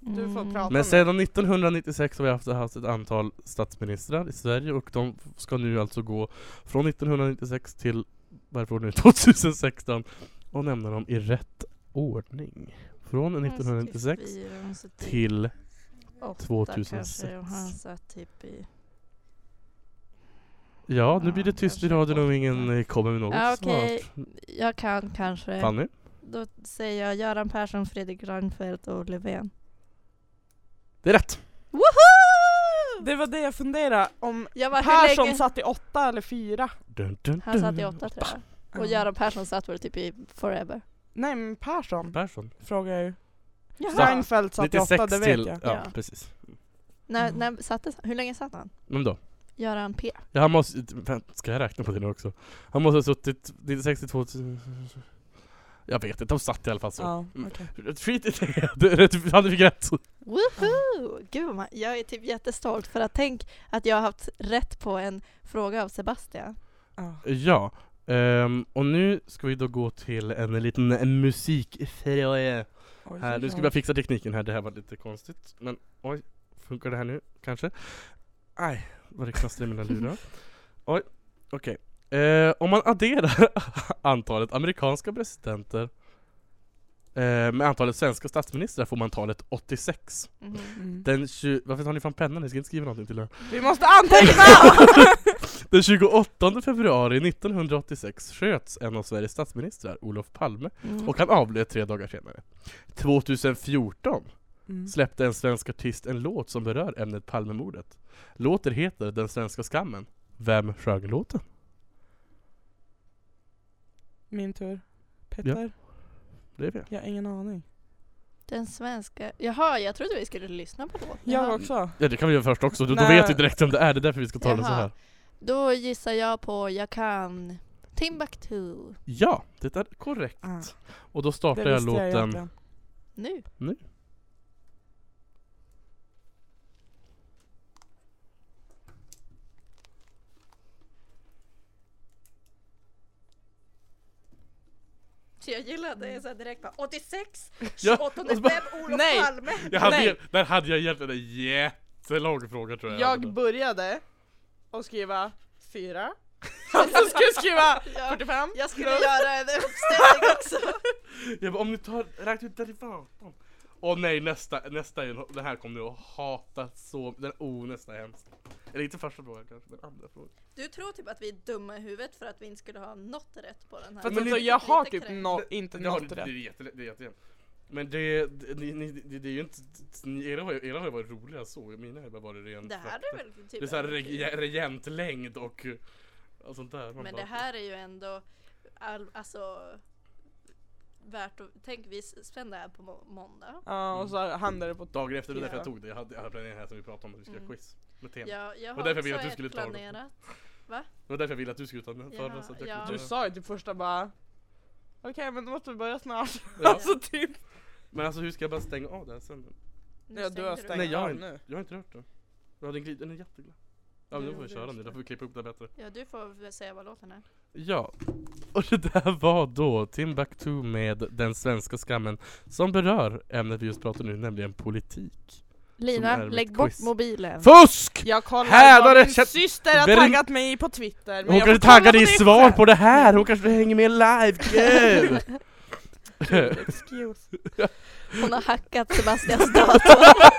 C: Du får
D: Mm.
C: prata
B: Men
C: nu.
B: sedan 1996 har vi haft, haft ett antal statsministrar i Sverige och de ska nu alltså gå från 1996 till varför nu (laughs) 2016 och nämna dem i rätt ordning.
D: Alltså,
B: Från 1996
D: 44, hon satt i
B: till
D: åtta
B: 2006.
D: kanske, och han satt typ i...
B: Ja, nu
D: Ja,
B: blir det tyst i
D: kanske
B: radion om
D: åtta.
B: ingen eh, kommer med något
D: Ja, okej.
B: snart.
D: Jag kan kanske.
B: Fanny?
D: Då säger jag Göran Persson, Fredrik Reinfeldt och Löfven.
B: Det är rätt!
D: Woho!
C: Det var det jag funderade om.
D: Jag bara, hur
C: Persson
D: länge...
C: satt i åtta eller fyra.
B: Dun, dun,
D: Han satt i
B: dun.
D: åtta tror jag. Och Göran Persson satt väl typ i forever.
C: Nej men Persson
B: Persson.
C: frågar jag ju.
B: Ja.
C: Reinfeldt satt i åtta,
B: 96
C: det vet
B: till...
C: jag.
B: Ja,
D: Ja.
B: precis.
D: När, när satte, hur länge satt han?
B: Men då?
D: Göran P.
B: Ja, han måste... Vänta, ska jag räkna på det nu också? Han måste ha suttit 96 till 2000... Jag vet inte, de satt i alla fall så.
C: Ja,
B: Mm.
C: okej.
B: Skit i det! (laughs) Det är rätt- Fanny fick rätt!
D: Woho! Gud vad man, jag är typ jättestolt för att tänk att jag har haft rätt på en fråga av Sebastian.
C: Ja.
B: Ja. ehm, och nu ska vi då gå till en liten musikfråga.
C: Oj,
B: Här, nu
C: oj,
B: ska
C: oj.
B: vi bara fixa tekniken här, det här var lite konstigt. Men oj, funkar det här nu kanske? Aj, vad det knastrar i mina lurar. Oj, okej. Eh, om man adderar (laughs) antalet amerikanska presidenter eh, med antalet svenska statsministrar får man talet 86.
D: Mm-hmm.
C: Mm.
B: Den 20, varför tar ni fram pennan? Ni ska inte skriva någonting till det här.
C: Vi måste anteckna!
B: (laughs) Den 28 februari 1986 sköts en av Sveriges statsministrar, Olof Palme,
D: Mm.
B: och han avled tre dagar senare. 2014
C: Mm.
B: släppte en svensk artist en låt som berör ämnet Palmemordet. Låten heter Den svenska skammen. Vem sjöng låten?
C: Min tur. Petter?
B: Det vet jag.
C: Jag har ingen aning.
D: Den svenska... Jaha, jag trodde vi skulle lyssna på låten.
C: Jag
D: Jaha.
C: också.
B: Ja det kan vi göra först också, då, då
C: Nej.
B: vet vi direkt vem det är, det är därför vi ska ta det så
D: Jaha.
B: här.
D: Då gissar jag på Jag kan Timbuktu.
B: Ja, det är korrekt.
C: Ah,
B: Och då
C: det
B: startar jag
C: visste jag
B: låten...
C: egentligen.
D: Nu. Så jag gillar att det är så här direkt bara 86,
B: Ja,
D: 28
B: och så bara-
D: november, Olof
C: Nej.
D: Palme.
B: jag hade,
C: Nej.
B: Där hade jag egentligen en jättelång fråga tror jag.
C: Jag började och skriva fyra. (laughs) Och så skulle jag skriva
D: Ja,
C: 45.
D: jag skulle göra (laughs) en uppställning också.
B: jag bara, om ni tar, räkna ut derivatan. Åh nej, nästa, nästa, är- den här kommer ni att hata så, den, oh nästa är hemskt. Eller inte första frågan kanske, men andra frågan.
D: Du tror typ att vi är dumma i huvudet för att vi inte skulle ha något rätt på den här.
C: Fast
B: Men
C: alltså,
B: lite-
C: jag har
D: lite
C: typ
D: kränkt.
C: no, inte
B: Ja,
C: något
B: det, det är
C: rätt.
B: jättelätt, det är jättelätt. Men det, det, ni- ni- det, det är ju inte, ni- era, var- era har ju varit roliga än så, mina har bara varit rent
D: Det här är väl typ...
B: Det är såhär reg- regentlängd och allt sånt där. Man
D: Men
B: bara,
D: det här är ju ändå, all, alltså, värt att... Tänk vi spänner här på må- måndag.
C: Ja, och så
B: Mm.
C: handlar det på
B: Dagen efter, det är därför
C: Ja.
B: jag tog det. Jag hade, jag hade planerat det här som vi pratade om när vi skulle göra
D: Mm.
B: quiz. Med tema.
D: Jag, jag
B: var därför
D: har
B: jag
D: också
B: ville att du
D: ett
B: skulle ta dem.
D: planerat.
B: Det var därför jag ville att du skulle ta den
D: Ja,
B: förra. så att jag
D: ja.
B: kunde
C: Du
B: ta den.
C: sa ju typ första bara Okej men då måste vi börja snart
B: Ja.
C: (laughs) Alltså typ
B: Men alltså hur ska jag bara stänga av det här sen?
D: Nu
C: Ja, du har
D: stängde
C: stängt
B: Nej jag har,
C: av
B: inte,
C: nu.
B: jag har inte rört den. Jag hade en glid, den är jätteglatt. Ja men
C: Jo,
B: då får vi
C: det
B: köra
C: är
B: nu,
C: så.
B: då får vi klippa upp det bättre.
D: Ja, du får väl säga vad låten är.
B: Ja, och det där var då Timbuktu med Den svenska skammen som berör ämnet vi just pratar nu, nämligen politik. Som är
D: Lina,
B: mitt
D: lägg
B: quiz.
D: bort mobilen.
B: FUSK!
C: Jag kollar
B: Här
C: vad
B: har det
C: min
B: känt-
C: syster har
B: Berin-
C: taggat mig på Twitter men
B: Hon
C: jag får
B: kanske taggar
C: kolla
B: dig i
C: på det
B: svar
C: själv.
B: på det här, hon kanske hänger med live,
C: (laughs)
B: kul!
C: Excuse
D: Hon har hackat (laughs) Sebastians dator.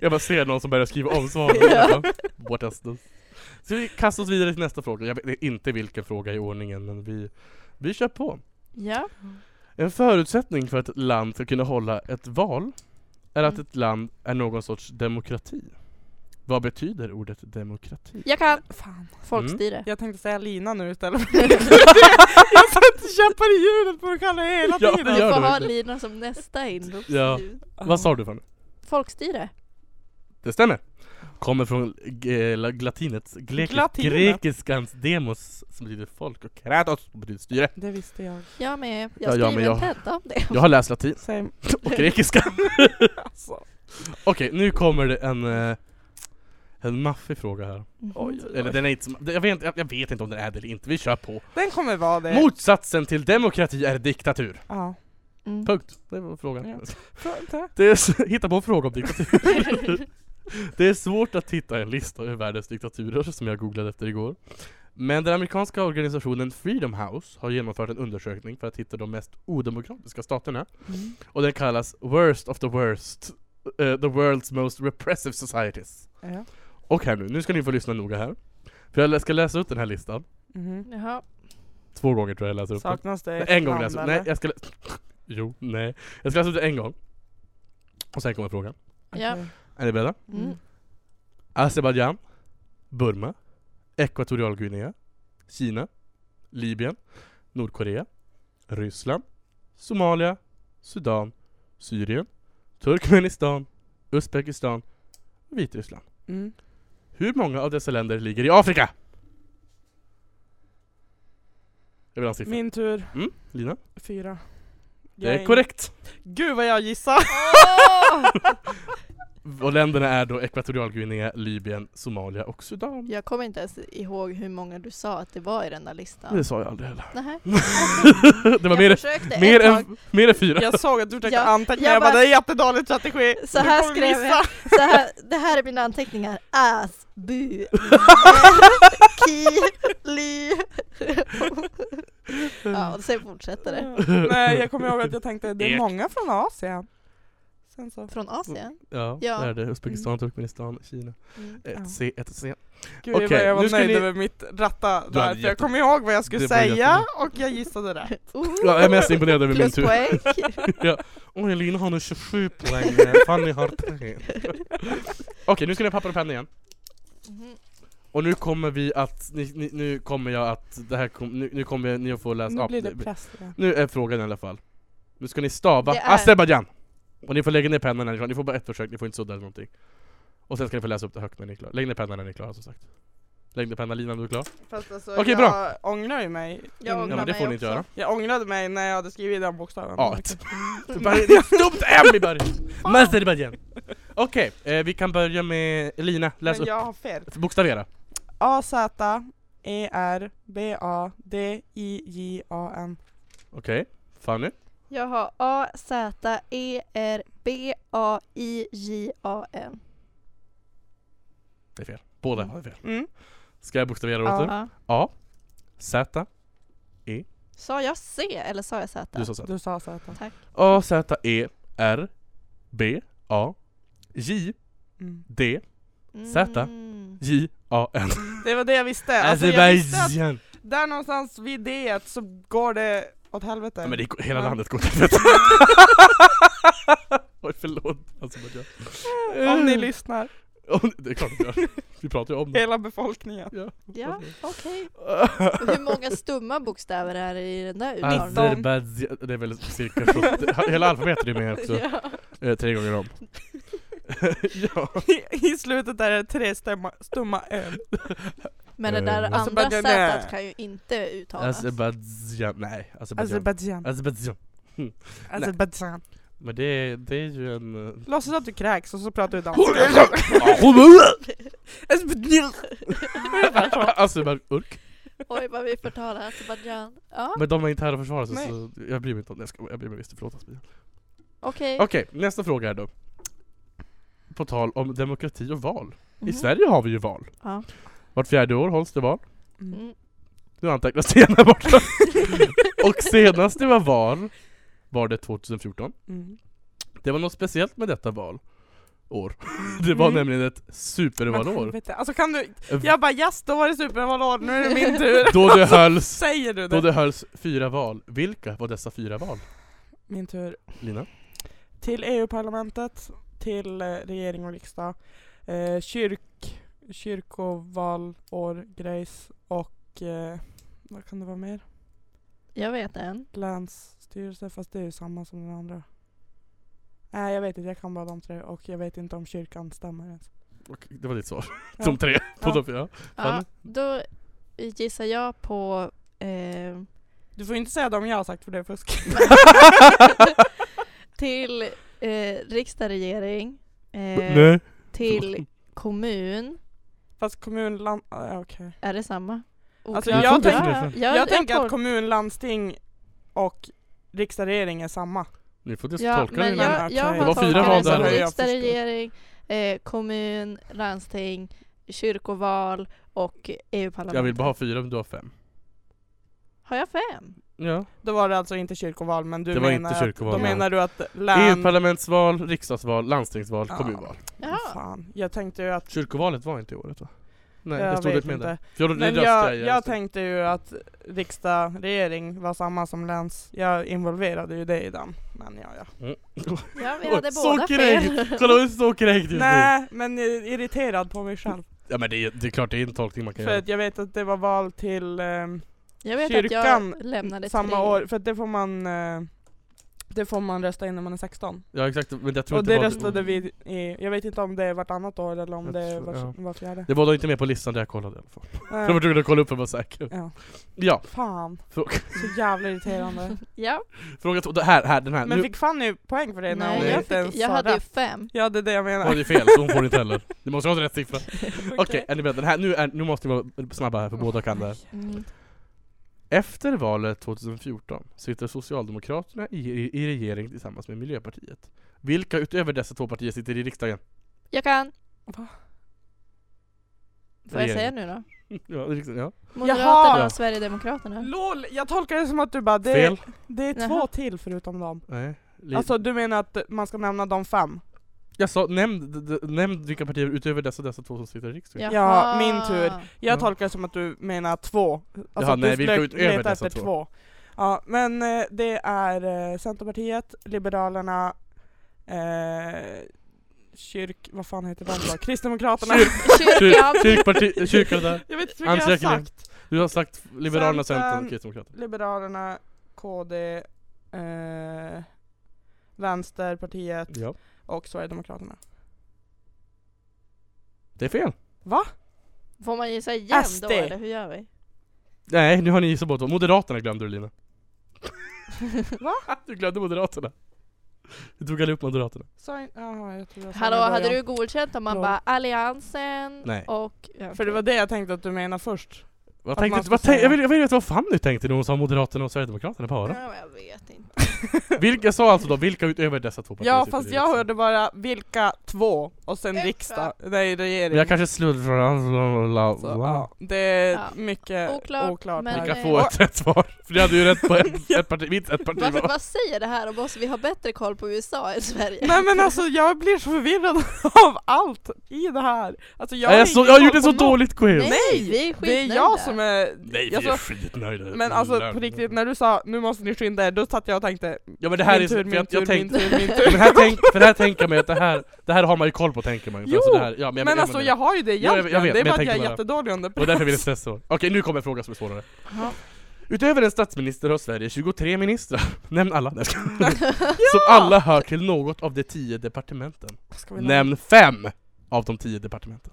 B: Jag bara ser någon som börjar skriva om svaren.
D: Ja.
B: What else does? Så vi kastar oss vidare till nästa fråga. Jag vet inte vilken fråga i ordningen, men vi, vi kör på.
D: ja.
B: En förutsättning för att ett land ska kunna hålla ett val är att
D: Mm.
B: ett land är någon sorts demokrati. Vad betyder ordet demokrati?
D: Jag kan.
C: Fan
B: Mm.
D: Folkstyre.
C: Jag tänkte säga Lina nu istället (laughs) Jag sätter käppar i hjulet på det Kalle hela
B: Ja,
C: tiden
B: det gör
D: Du får
B: det
D: ha
B: verkligen.
D: Lina som nästa inropsljud.
B: Ja. Vad sa du för
D: Folkstyre.
B: Det stämmer. Kommer från eh, la- latinets, grek-
C: Latinet.
B: grekiskans demos som betyder folk och kratos som betyder styre.
C: Det visste jag
D: Jag med.
B: Ja, ja,
D: Jag skriver
B: men jag-
D: en tenta om det.
B: Jag har läst latin
C: Same (laughs)
B: och grekiska.
C: alltså
B: Okej, nu kommer det en, eh, en maffig fråga här. Eller den är inte, som- jag, vet, inte- jag vet inte om den är det eller inte, vi kör på.
C: Den kommer vara det
B: Motsatsen till demokrati är diktatur.
C: Ja
D: Mm.
B: Punkt. Det var frågan.
C: Ja. Tror inte.
B: Det är, s- (laughs) hitta på en fråga om
D: (laughs)
B: diktatur. (laughs) det är svårt att hitta en lista över världens diktaturer som jag googlade efter igår. Men den amerikanska organisationen Freedom House har genomfört en undersökning för att hitta de mest odemokratiska staterna. Och den kallas Worst of the Worst, eh, the World's Most Repressive Societies.
C: Ja.
B: Och här nu, nu ska ni få lyssna noga här. För jag lä- ska läsa upp den här listan.
C: Mhm.
D: Jaha.
B: Två gånger tror jag jag läser upp den.
C: Saknas det
B: Nej,
C: ett
B: En gång
C: namn,
B: läser jag upp Nej,
C: eller?
B: jag ska lä- (laughs) Jo, nej. Jag ska läsa upp den en gång. Och sen kommer frågan.
D: Ja.
C: Okej.
B: Är ni beredda?
D: Mm.
B: Azerbajdzjan, Burma, Ekvatorialguinea, Kina, Libyen, Nordkorea, Ryssland, Somalia, Sudan, Syrien, Turkmenistan, Uzbekistan och Vitryssland.
C: Mm.
B: Hur många av dessa länder ligger i Afrika? Jag vill ha en siffra.
C: Min tur
B: Mm, Lina?
C: Fyra.
B: Det
C: Jag
B: är korrekt!
C: Gud vad
B: (laughs)
C: jag gissar!
B: Och länderna är då Ekvatorialguinea, Libyen, Somalia och Sudan.
D: Jag kommer inte ens ihåg hur många du sa att det var i den där listan.
B: Det sa jag aldrig
D: (laughs)
B: heller.
D: Nähä.
B: Det var
D: jag
B: mer,
D: försökte
B: mer,
D: ett tag.
B: än, mer än fyra.
C: Jag såg att du försökte
D: Ja,
C: anteckna,
D: jag
C: jag bara
D: bara-
C: det är jättedålig strategi!
D: Så
C: Du
D: här
C: kommer
D: skrev
C: missa."
D: jag.
C: (laughs)
D: Så här, det här är mina anteckningar. As, bu,
B: (laughs)
D: ki, li. Ja, och sen fortsätter det.
C: Nej jag kommer ihåg att jag tänkte det är
B: Ek.
C: många från Asien. Sen så,
D: Från Asien?
B: Ja,
D: Ja.
B: där är det. Uzbekistan, Turkmenistan, Kina.
D: Mm.
B: Ett
C: Ja.
B: C, ett C.
C: gud
B: Okej,
C: vad jag
B: nu
C: var
B: ska
C: nöjd
B: ni-
C: över mitt ratta
B: Du hade
C: där, för jag
B: jätte-
C: kom ihåg vad jag skulle
B: Det var
C: säga
B: jättebra. Alltså,
C: och jag gissade det.
D: Oh,
B: Ja, jag är mest imponerad över min tur. (laughs)
D: pluspoäng.
B: Oj, Lina har nu 27 poäng. Fanny har 3. (laughs) Okej, nu ska ni ha papper och penna igen.
D: Mhm.
B: Och nu kommer vi att, ni, ni, nu kommer jag att, det här kom, nu, nu kommer ni att få läsa
C: Nu
B: ja,
C: blir det press igen.
B: Nu är frågan i alla fall. Nu ska ni stava
D: Det är-
B: Azerbajdzjan! Och ni får lägga ner pennan när ni är klara, ni får bara ett försök, ni får inte sudda eller någonting. Och sen ska ni få läsa upp det högt när ni är klara. Lägg ner pennan när ni är klara som sagt. Lägg ner pennan Lina, när du är klar.
C: Fast alltså
B: Okej,
C: jag
B: bra.
C: ångrar ju mig.
B: Ja
C: innan-
D: Jag ångrar
B: men det
D: mig
B: får ni inte
D: också.
B: göra.
C: jag ångrade mig när jag hade skrivit den bokstaven. Mm.
B: Ja, (laughs) ett- För varje- Det är ett dumt M i början!
C: (laughs)
B: Men Azerbajdzjan! Okej, eh, vi kan börja med Lina, läs
C: Men
B: upp.
C: jag har fel.
B: Bokstavera.
C: A Z E R B A D I J A N.
B: Okej, Fanny.
D: Jag har A, Z, E, R, B, A, I, J, A, N.
B: Det är fel. Båda har fel.
C: Mm.
B: Ska jag bokstavera
C: Ja.
B: åt dig?
D: Ja.
B: A. Z.
D: Sa jag C eller sa jag Z?
B: Du sa Z.
C: Du sa Z.
B: A, Z, E, R, B, A, J,
C: Mm.
B: D, Z.
D: Mm.
B: J, A, N.
C: Det var det alltså, jag visste. Alltså, jag visste att
B: Azerbajdzjan.
C: där någonstans vid det så går det åt helvete.
B: Nej men det går, hela
C: Ja.
B: landet går åt
C: (laughs)
B: helvete. Oj förlåt Azerbajdzjan.
C: Om ni lyssnar,
B: Om- Det är klart vi gör. Vi pratar ju om det.
C: hela befolkningen. (laughs)
D: Ja, okej. Hur många stumma bokstäver är det i den där uttalen?
B: Azerbajdzjan, Alltså, det är väl cirka
D: (laughs)
B: 70. Hela alfabetet är med också.
D: Ja.
B: Eh, tre gånger
D: (laughs)
B: om. (laughs) ja.
C: I slutet är det tre stämma, stumma ö.
D: Men det där
B: Eh,
D: andra
C: Azerbaijan
D: sättet
C: är-
D: kan ju inte uttalas.
B: Alltså, Azerbajdzjan, nej. alltså,
D: Alltså,
B: Azerbajdzjan.
C: Azerbajdzjan.
B: Azerbajdzjan.
C: Azerbajdzjan.
B: Men det, det är ju
D: (laughs)
B: en... eh,
C: Låtsas att du kräks och så pratar du danska.
B: Azerbajdzjan. alltså, Urk.
D: (laughs) Oj vad vi förtalar Azerbajdzjan. Ja,
B: Men de är inte här och försvarar sig
C: Nej.
B: så jag bryr mig inte om det. Jag, ska, jag bryr mig visst, förlåt Azerbajdzjan.
D: okej.
B: Okej, nästa fråga här då. På tal om demokrati och val.
D: Mhm.
B: I Sverige har vi ju val.
D: Ja.
B: Vart fjärde år hålls det val.
C: Mm.
D: Mm.
B: Nu antecknar Sten här borta. och senast det var val var det 2014.
C: Mm.
B: Det var något speciellt med detta val. År. (laughs) Det var
C: Mm.
B: nämligen ett supervalår.
C: Helvete. Alltså kan du, (laughs) jag bara yes då var det supervalår, nu är
B: (laughs)
C: det min tur.
B: Då det hölls,
C: Säger du
B: då
C: det?
B: det hölls fyra val. Vilka var dessa fyra val?
C: Min tur.
B: Lina?
C: Till EU-parlamentet, till eh, regering och riksdag, eh, kyrk, kyrkoval, år, grejs och eh, vad kan det vara mer?
D: (laughs) Jag vet en.
C: Länsstyrelse, fast det är ju samma som den andra. Nej jag vet inte, jag kan bara de tre och jag vet inte om kyrkan stämmer ens.
B: Och Det var ditt svar.
C: Ja.
B: De tre på
C: Ja.
B: de fyra.
D: Ja,
B: Fanny?
D: då gissar jag på... Eh,
C: Du får inte säga dem jag har sagt för det
B: (laughs)
C: är fusk. (laughs)
D: till eh, riksdag, regering. Eh,
B: Nej.
D: till kommun.
C: Fast kommun, land... ah, okej.
D: Är det samma?
C: Alltså,
D: Oklart.
C: jag
B: tänker-
D: Ja,
C: Jag, tänker
D: tol-
C: att kommun, landsting och riksdag, regering är samma.
B: Ni får dis-
D: Ja,
B: tolka
D: men
B: det.
D: jag, jag
C: Det
D: har
B: var
D: tolkat
B: fyra
D: det
B: val
D: som
B: där.
C: Jag
D: riksdag,
C: förstår.
D: regering, eh, kommun, landsting, kyrkoval och EU-parlament.
B: Jag vill bara ha fyra men du har fem.
D: Har jag fem?
B: Ja.
C: Då var det alltså inte kyrkoval men du
B: Det var
C: menar
B: inte kyrkoval,
C: att, då
B: nej.
C: menar du att län...
B: EU-parlamentsval, riksdagsval, landstingsval,
C: Ja.
B: kommunval.
D: Jaha.
C: Fan, jag tänkte ju att...
B: Kyrkovalet var inte i året va? Nej,
C: jag
B: det stod
C: vet
B: inte med där. Jag,
C: Men jag, jag
B: alltså.
C: tänkte ju att riksdag, regering var samma som läns. Jag involverade ju det i den. Men ja, ja.
B: Mm.
D: Ja, vi hade
B: Oj, så
D: båda fel.
B: kränkt! Kolla hur så kränkt just nu!
C: Nej, men jag är irriterad på mig själv.
B: Ja men det är, det är klart det är en tolkning man kan
C: För
B: göra.
C: att jag vet att det var val till ehm,
D: (laughs) Jag vet
C: Kyrkan,
D: att jag lämnade
C: samma
D: tre.
C: år, för att det får man... eh, det får man rösta in när man är 16.
B: Ja exakt, men jag tror
C: Och
B: inte
C: det
B: var-
C: röstade vi i, jag vet inte om det är vartannat år eller om
B: Jag
C: det är
B: tror-
C: var,
B: ja.
C: var fjärde.
B: Det var då inte med på listan där jag kollade i alla fall. (laughs) Jag var
C: Nej.
B: tvungen att kolla upp för att vara säker.
C: Ja.
B: Ja,
C: Fan,
B: fråga,
C: så jävla irriterande.
D: Ja,
B: (laughs) fråga två. Det Här, här, den här.
C: Men
B: nu
C: fick Fanny poäng för det när
D: nej,
C: hon
D: jag,
C: inte ens
D: fick, jag
C: sa
D: hade ju
C: rätt?
D: fem.
C: Ja det är det jag
B: var
C: menar.
B: det fel, så hon får inte heller. Du måste ha rätt
C: (laughs)
B: siffra. Okej, är ni beredda? Den här, nu, är, nu måste ni vara snabba här för båda kan det här.
D: Mm.
B: Efter valet 2014 sitter Socialdemokraterna i, i, i regering tillsammans med Miljöpartiet. Vilka utöver dessa två partier sitter i riksdagen? (laughs)
D: Jag kan.
C: Va?
D: Får jag
B: Regeringen.
D: säga nu då?
B: Ja, i riksdagen, ja.
D: Moderaterna
C: Jaha!
D: och Sverigedemokraterna.
C: LOL! Jag tolkar det som att du bara, det,
B: Fel?
C: är- det är
D: Jaha.
C: två till förutom dem.
B: Nej. Li-
C: Alltså du menar att man ska nämna de fem?
B: jag sa, nämn, d- d- nämn vilka partier utöver dessa, dessa två som sitter i riksdagen.
C: Ja,
D: Jaha.
C: min tur. Jag
B: Ja.
C: tolkar det som att du menar två. Alltså
B: Jaha,
C: att
B: nej,
C: du
B: vilka
C: skulle
B: utöver
C: leta
B: dessa
C: efter
B: två?
C: två. Ja, men eh, det är eh, Centerpartiet, Liberalerna, eh, Kyrk... Vad fan heter de då? Kristdemokraterna. (laughs)
D: Kyrkan.
B: Kyr, kyrkparti, kyrkan där.
C: Jag vet inte vilka jag har
B: Ansträckning.
C: sagt.
B: Du har sagt Liberalerna, Centern,
C: Centern.
B: Kristdemokraterna.
C: Liberalerna, KD, eh, Vänsterpartiet
B: Ja.
C: och Sverigedemokraterna.
B: Det är fel.
D: Får man gissa igen
C: SD.
D: då eller hur gör vi?
B: Nej, nu har ni gissat båda två. Moderaterna glömde du Lina.
C: Va?
B: Du glömde Moderaterna. Du tog aldrig upp Moderaterna.
C: (laughs) Sorry. Jaha, jag tror jag sa
D: Hallå,
C: det i
D: hade du
C: början.
D: godkänt om man
C: Noll.
D: bara Alliansen
B: Nej.
D: och... Ja,
C: För det var det jag tänkte att du menade först. (laughs)
B: Vad
C: Att
B: tänkte,
C: man ska
B: vad tänk,
C: säga-
B: jag, vill, jag vill veta vad Fanny tänkte när hon sa Moderaterna och Sverigedemokraterna bara.
D: Ja, jag
B: (laughs)
D: vet inte.
B: Vilka jag sa alltså då, vilka utöver dessa två partier
C: Ja
B: sitter
C: fast
B: i
C: jag
B: riksdagen?
C: hörde bara vilka två och sen
D: Exakt.
C: riksdag, nej regering.
B: Men jag kanske sluddrar...
C: Så, ja. Det är
D: Ja.
C: mycket
D: Oklart,
C: oklart.
D: men-
B: Ni
C: här.
B: kan
D: eh,
B: få ett rätt svar. För ni hade ju rätt på
C: (laughs)
B: ett, ett parti, mitt ett parti
D: Varför
B: var.
D: bara säger det här om oss? Vi har bättre koll på USA än Sverige.
C: Nej men alltså jag blir så förvirrad (laughs) av allt i det här. Alltså, jag
B: Jag,
C: har
B: jag, så,
C: ingen
B: jag
C: koll
B: gjorde
C: på
B: så
C: något.
B: dåligt coherence.
D: Nej,
C: Nej,
D: vi är
C: Det är
D: skitnöjda.
C: jag som som är...
B: Nej vi
C: jag
B: är
C: så-
B: skitnöjda.
C: men alltså på riktigt, när du sa nu måste ni skynda er, då satt jag och tänkte
B: Ja men det här
C: min
B: är...
C: tur,
B: för
C: min
B: jag,
C: tur,
B: jag
C: min
B: tänkte, (laughs)
C: tur, min
B: för,
C: tur.
B: det här tänk, för det här tänker jag mig att det här, det här har man ju koll på tänker man ju. För
C: Jo,
B: alltså det här, ja, men, jag-
C: Men
B: jag
C: alltså
B: menar-
C: jag har ju det
B: Ja, jag vet,
C: egentligen,
B: jag vet,
C: det är
B: men jag
C: bara att jag
B: tänker
C: är
B: bara-
C: jättedålig under
B: Det var därför jag ville stressa. Okej nu kommer en fråga som är svårare.
C: Ja.
B: Utöver en statsminister har Sverige 23 ministrar. (laughs) Nämn alla. Nej, jag
C: (laughs)
B: skojar. Som alla hör till något av de 10 departementen.
C: Ska vi
B: Nämn fem av de 10 departementen.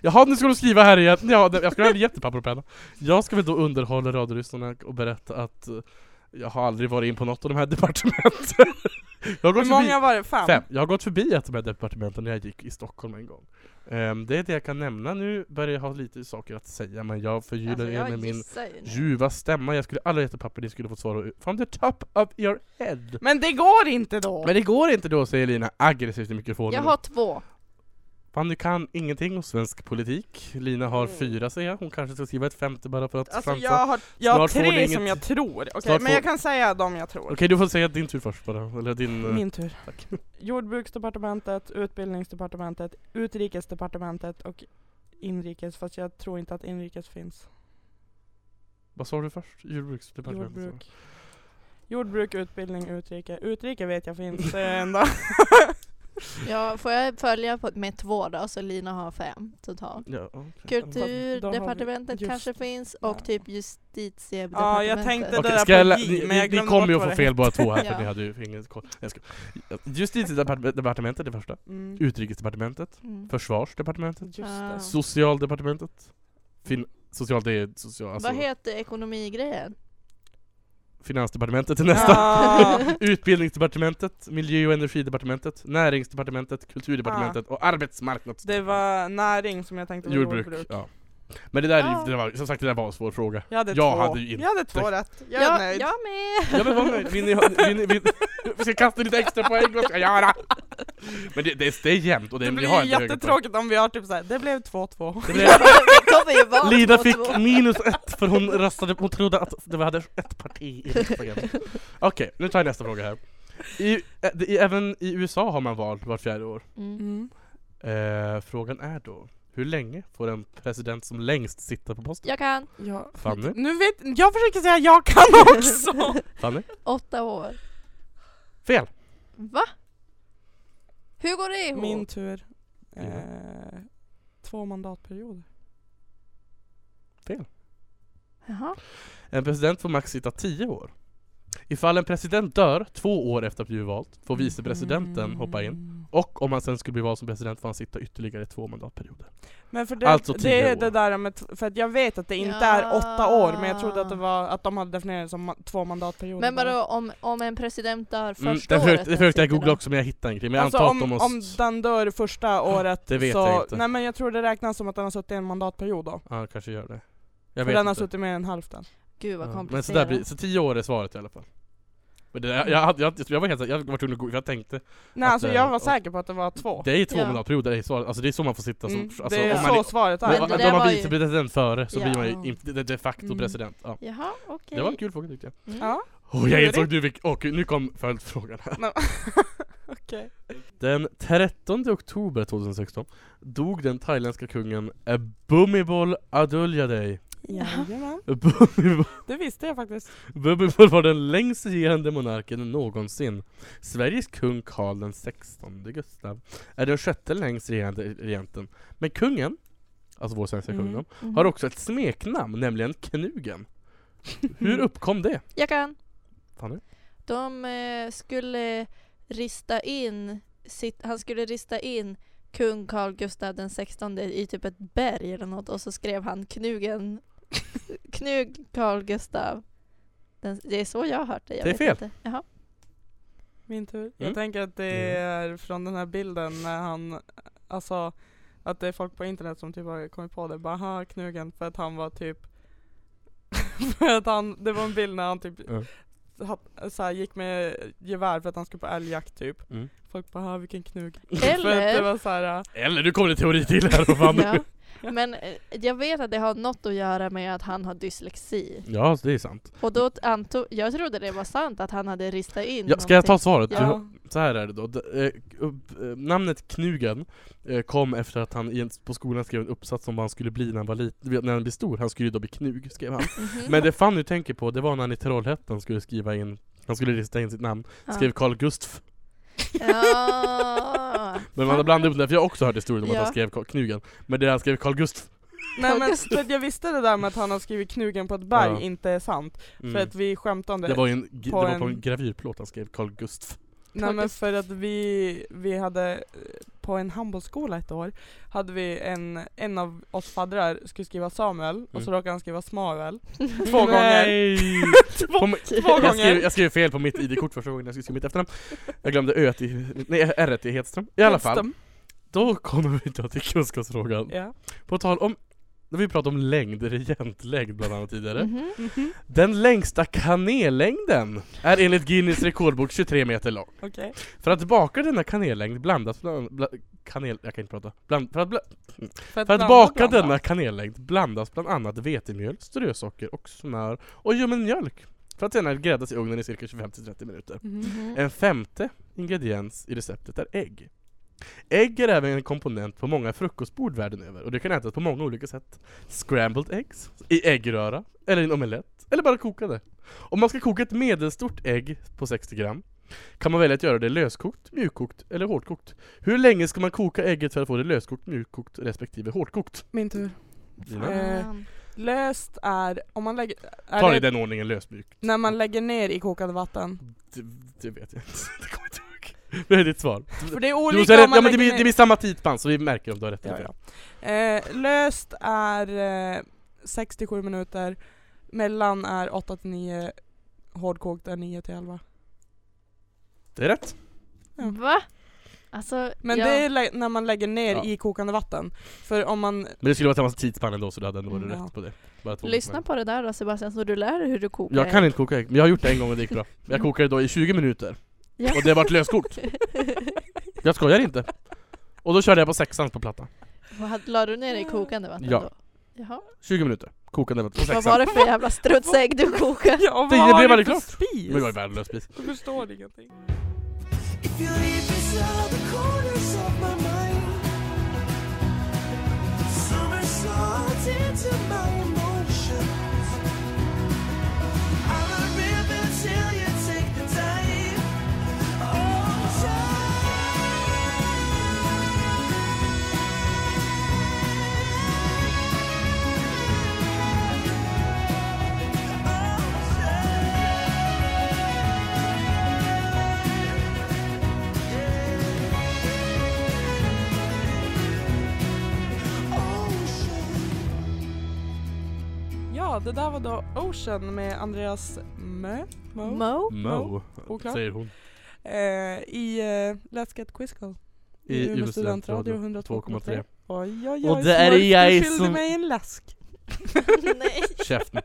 B: Jaha, nu ska du skriva här igen. Ja, jag skulle ha jättepapper och penna. Jag ska väl då underhålla radiolyssnarna och berätta att eh, jag har aldrig varit in på något av de här departementen. Jag har gått
C: Hur många var det? Fem?
B: förbi, fem. Jag har gått förbi ett av de här departementen när jag gick i Stockholm en gång. Ehm, det är det jag kan nämna nu. Börjar jag ha lite saker att säga, men jag förgyller
D: Alltså,
B: er
D: jag
B: med min
D: gissar ju nu.
B: ljuva stämma. Jag skulle alla gett ett papper, ni skulle fått svara from the top of your head.
C: Men det går inte då!
B: Men det går inte då, säger Lina aggressivt i mikrofonen.
D: Jag har två.
B: Fan, du kan ingenting om svensk politik. Lina har
C: Mm.
B: fyra, säger jag. Hon kanske ska skriva ett femte bara för att
C: Alltså
B: chansa.
C: jag har, jag har
B: Snart får ni
C: tre
B: inget-
C: som jag tror, okej
B: Snart
C: men
B: får-
C: jag kan säga de jag tror.
B: Okej, du får säga din tur först bara. Eller din... eh,
C: Min tur.
B: Tack.
C: (laughs) Jordbruksdepartementet, Utbildningsdepartementet, Utrikesdepartementet och Inrikes, fast jag tror inte att inrikes finns.
B: Vad sa du först? Jordbruksdepartementet? sa
C: Jordbruk. Jordbruk, utbildning, utrike. Utrike vet
B: (laughs)
C: jag finns, det är ändå.
D: Ja, får jag följa på, med två då, så Lina har fem totalt.
B: du. Ja, okej.
D: Kulturdepartementet
C: just-
D: kanske finns och
C: ja.
D: typ
C: Ja,
D: justitiedepartementet.
C: jag tänkte
B: Okej,
C: det där
B: ska jag
C: på
B: lä-
C: J,
B: ni,
C: men jag
B: ni, ni
C: glömde
B: kommer ju
C: bort
B: att få
C: vad
B: fel båda två här för
D: Ja.
B: ni hade ju ingen koll. Jag ska- Justitiedepartementet är det första.
C: Mm.
B: Utrikesdepartementet.
D: Mm.
B: Försvarsdepartementet.
C: Just det.
D: Ah.
B: Socialdepartementet. Fin- social, det är social, alltså,
D: Vad heter ekonomigrejen?
B: Finansdepartementet är nästa.
C: Ja.
B: Utbildningsdepartementet, miljö och energidepartementet, näringsdepartementet, kulturdepartementet och
C: Det
B: arbetsmarknadsdepartementet.
C: var näring som jag tänkte var
B: jordbruk.
C: jordbruk.
B: Ja. Men det där, är ju-
D: Ah.
B: det var, som sagt, det där var en svår fråga.
C: Jag hade
B: Jag
C: två.
B: hade ju inte-
C: jag hade två rätt. Jag är
D: ja,
C: nöjd.
D: (laughs) jag med!
B: Ja men vad nöjd, vill ni, vill ni, vill, vi ska kasta lite extra poäng, vad ska jag göra? Men det, det, det är jämnt och det,
C: Det
B: ni
C: blir
B: har
C: ju
B: inte höga poäng.
C: jättetråkigt om vi har typ såhär, det blev 2-2.
D: (laughs)
B: Det blev-
D: Det kommer ju vara
B: Lina
D: två,
B: fick
D: två.
B: minus ett för hon röstade, hon trodde att det var- hade ett parti i riksdagen.
C: (laughs)
B: Okej, nu tar jag nästa fråga här. I, ä- det- i, även i USA har man val vart fjärde år.
D: Mm.
B: Eh, frågan är då, hur länge får en president som längst sitta på posten?
D: Jag kan.
C: Ja.
B: Fanny?
C: Nu vet, jag försöker säga
B: (laughs)
C: jag kan också!
B: Fanny?
D: Åtta år.
B: Fel!
D: Va? Hur går det ihop?
C: Min tur.
B: Lina.
C: Eh, två mandatperioder.
D: Jaha.
B: En president får max sitta 10 år. Ifall en president dör två år efter att bli vald får vicepresidenten
C: Mm.
B: hoppa in. Och om han sen skulle bli vald som president får han sitta ytterligare två mandatperioder.
C: Men för det,
B: Alltså
C: det
B: tio
C: är det
B: år.
C: där med, t- för att jag vet att det inte är åtta
D: Ja.
C: år, men jag trodde att det var att de hade definierat det som ma- två mandatperioder.
D: Men
C: bara.
D: vadå om, om en president dör
B: Mm,
D: första
B: det
D: året?
B: försökte, det
D: den
B: försökte jag
D: sitter
B: googla
D: då?
B: också men jag hittade ingenting. Men jag
C: Alltså
B: antar
C: om,
B: att de
C: om
B: måste...
C: den dör första året
B: det vet
C: så,
B: jag inte.
C: nej men jag tror det räknas som att den har suttit en mandatperiod då.
B: Ja, kanske gör det.
C: För
B: Jag vet
C: den har
B: inte.
C: suttit mer än hälften.
D: Gud vad
B: Ja,
D: komplicerat.
B: Men så, där blir, så tio år är svaret i alla fall. Men det, jag, jag, hade- jag, jag var helt så- jag var tvungen att gå, för jag tänkte
C: Nej
B: Att
C: alltså
B: det-
C: jag var
B: och-
C: säker på att det var två.
B: Det är ju två
D: Ja.
B: mandatperioder, det är svaret. Alltså det är så man får sitta som...
C: Mm,
B: alltså,
C: det är
B: om
C: så
B: man,
C: svaret
B: men,
C: är.
D: Men det
B: men,
D: där
B: om man
D: var
B: blir
D: ju-
B: vicepresident före så blir man
D: Ja.
B: ju inte- de- de facto
C: Mm.
B: president. Ja.
D: Jaha, okej.
B: Det var en kul fråga tyckte jag.
D: Mm.
C: Ja.
B: Åh, jag insåg nu vilk- och nu kom följdfrågan här.
C: Nej. (laughs) Okej.
B: Den 13 oktober 2016 dog den thailändska kungen Bhumibol Adulyadej.
C: Jajamän.
B: Bhumibol,
C: Det visste jag faktiskt.
B: Bhumibol var den längst regerande monarken någonsin. Sveriges kung Karl den 16 Gustav är den sjätte längst regerande regenten. Men kungen, alltså vår svenska kung
C: Mm.
B: då,
D: Mhm.
B: har också ett smeknamn, nämligen Knugen. Hur uppkom det?
D: Jag kan.
B: Fanny?
D: De eh, skulle rista in, sitt, han skulle rista in kung Carl Gustaf den 16 i typ ett berg eller något och så skrev han knugen, (laughs) knug Carl Gustaf. Den, det är så jag har hört det. Jag
B: Det är
D: vet
B: fel.
D: Inte.
B: (laughs)
D: Jaha.
C: Min tur.
B: Mm.
C: Jag tänker att det är från den här bilden när han, alltså att det är folk på internet som typ har kommit på det, bara ha knugen för att han var typ (laughs) för att han, det var en bild när han typ
B: Mm.
C: ha- så här, gick med gevär för att han skulle på älgjakt typ.
B: Mm.
C: Folk bara ha vilken knug. För att det
D: Eller?
C: var så här, äh,
B: Eller nu kommer det teori till här och Fanny.
D: (laughs) Ja. Men eh, jag vet att det har något att göra med att han har dyslexi.
B: Ja, det är sant.
D: Och då antog, jag trodde det var sant att han hade ristat in
B: Ja, ska jag ta
D: någonting.
B: svaret?
D: Ja.
B: Du,
C: ja.
B: så här är det då. D- eh, upp- eh, namnet Knugen eh, kom efter att han i en- på skolan skrev en uppsats om vad han skulle bli när han var liten, du vet, när han blev stor. Han skulle ju då bli knug, skrev
D: (laughs)
B: han.
D: Mhm.
B: Men det Fanny tänker på, det var när han i Trollhättan skulle skriva in han skulle lista in sitt namn,
D: Ja.
B: skrev Carl Gustf
D: Ja.
B: Men man har blandat upp det, för jag har också hört historien om
D: Ja.
B: att han skrev Ka- Knugen Men det han skrev Carl Gustf
C: Nej men
D: August.
C: för att jag visste det där med att han har skrivit knugen på ett berg
B: Ja.
C: inte är sant.
B: mm.
C: För att vi skämtade om det.
B: Det var ju en, det
C: på
B: var på en
C: en-
B: gravyrplåt han skrev Carl
C: (laughs)
B: Gustf
C: Nej men
D: August.
C: för att vi, vi hade eh, på en handbollsskola ett år hade vi en, en av oss faddrar skulle skriva Samuel och så
B: Mm.
C: råkade han skriva Smavel.
B: Två
C: Nej.
B: gånger! På mi-
C: (laughs) Två gånger!
B: Jag skrev, jag skrev fel på mitt ID-kort första gången jag skulle skriva mitt efternamn Jag glömde Ö till, nej R till Hedström I alla fall,
C: Hedström.
B: då kommer vi då till kunskapsfrågan
C: Ja.
B: På tal om, när vi pratade om längd, regentlängd bland annat tidigare
D: Mhm.
C: Mhm.
B: Den längsta kanellängden är enligt Guinness rekordbok 23 meter lång
C: Okej.
B: För att baka denna kanellängd blandas bland, bland, kanel, jag kan inte prata bland, för, att bla,
C: För
B: för att
C: blanda
B: baka
C: blanda.
B: denna kanellängd blandas bland annat vetemjöl, strösocker och smör och ljummen mjölk För att sedan gräddas i ugnen i cirka 25-30 minuter
C: Mhm.
D: Mm.
B: En femte ingrediens i receptet är ägg. Ägg är även en komponent på många frukostbord världen över och det kan ätas på många olika sätt. Scrambled eggs, i äggröra, eller i en omelett, eller bara kokade. Om man ska koka ett medelstort ägg på 60 gram kan man välja att göra det löskokt, mjukkokt eller hårdkokt. Hur länge ska man koka ägget för att få det löskokt, mjukkokt respektive hårdkokt?
C: Min tur.
B: Dina?
D: Fan.
C: Löst är, om man lägger... Är
B: Ta det i
C: det
B: den ordningen, lösmjuk.
C: När man lägger ner i kokande vatten.
B: Det, det vet jag inte. (laughs) Det kommer jag inte ihåg. Det är ditt svar.
C: För det är
B: Du
C: olika
B: måste ha
C: om
B: rätt,
C: man
B: ja, men det,
C: lägger
B: blir,
C: ner...
B: det blir samma tidspans så vi märker om du har rätt eller
C: Ja,
B: fel.
C: ja. Eh, löst är eh, 67 minuter, mellan är 8 till 9, hårdkokt är 9 till 11.
B: Det är rätt.
C: Ja.
D: Va? Alltså,
C: Men
D: ja.
C: det är lä- när man lägger ner
B: Ja.
C: i kokande vatten. För om man... (laughs)
B: Men det skulle vara samma tidsspann ändå så du hade ändå varit
C: Mm, ja.
B: rätt på det. Bara två
D: Lyssna
B: gånger.
D: på det där då Sebastian, så du lär dig hur du kokar
B: Jag kan inte koka ägg, men jag har gjort det en gång och det gick
D: (laughs)
B: bra. Jag kokade då i 20 minuter.
D: Ja.
B: Och det vart
D: (laughs)
B: löskokt. Jag skojar inte. Och då körde jag på sexans på plattan.
D: Vad- La du ner i kokande vatten
B: Ja.
D: då? Jaha.
B: 20 minuter. Kokande vatten på
D: Vad
B: sexan.
D: var det för jävla strutsägg du kokade?
C: Ja, vad
B: Det
C: har
B: blev
C: du
B: aldrig
C: för
B: klart.
C: Spis?
B: Men jag är värdelös precis.
C: Jag förstår ingenting.
E: If you leave this out the corners of my mind, somersaults into my emotions. I'm a river till you take the dive. Oh, time. Oh, time.
C: Ja, det där var då Ocean med Andreas Mö. Mo.
D: Mo?
B: Mo,
C: Oklart.
B: säger hon.
C: Eh, I eh, Let's Get Quizzical.
B: I Umeå
C: Umeå
B: studentradio
C: studentradio
B: 102,3.
C: 102,3. Oj, oj, oj.
B: Och det är
C: Smurf,
B: jag
C: du skyllde
B: som-
C: mig en läsk.
D: (laughs) Nej.
B: Käften.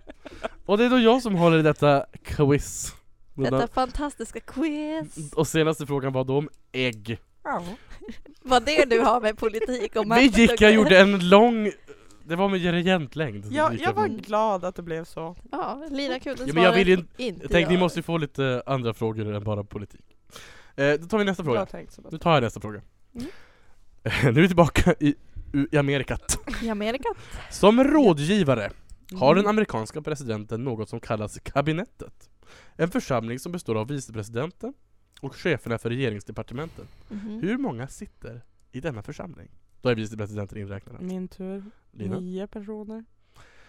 B: Och det är då jag som håller i detta quiz.
D: Detta fantastiska quiz.
B: Och senaste frågan var då om ägg.
C: Ja.
D: Vad det du har med politik och
B: (laughs)
D: makt
B: Vi gick,
D: och
B: jag
D: grejer.
B: gjorde en lång... Det var med regentlängd.
C: Jag,
B: Gick
C: jag var
B: på.
C: glad att det blev så.
D: Ja, Lina kunde
B: Ja,
D: svara
B: men jag vill ju inte-
D: inte
B: Jag tänkte ni
D: jag.
B: måste ju få lite andra frågor än bara politik. Eh, då tar vi nästa
C: Bra
B: fråga.
C: tänkt Sebastian.
B: Nu tar jag nästa fråga. Eh,
D: Mm.
B: nu är vi tillbaka i, u- i Amerikat.
D: I Amerika?
B: Som rådgivare har
C: Mm.
B: den amerikanska presidenten något som kallas kabinettet. En församling som består av vicepresidenten och cheferna för regeringsdepartementen.
C: Mm.
D: Mhm.
B: Hur många sitter i denna församling? Då är vicepresidenten inräknad.
C: Min tur.
B: Lina?
C: Nio personer.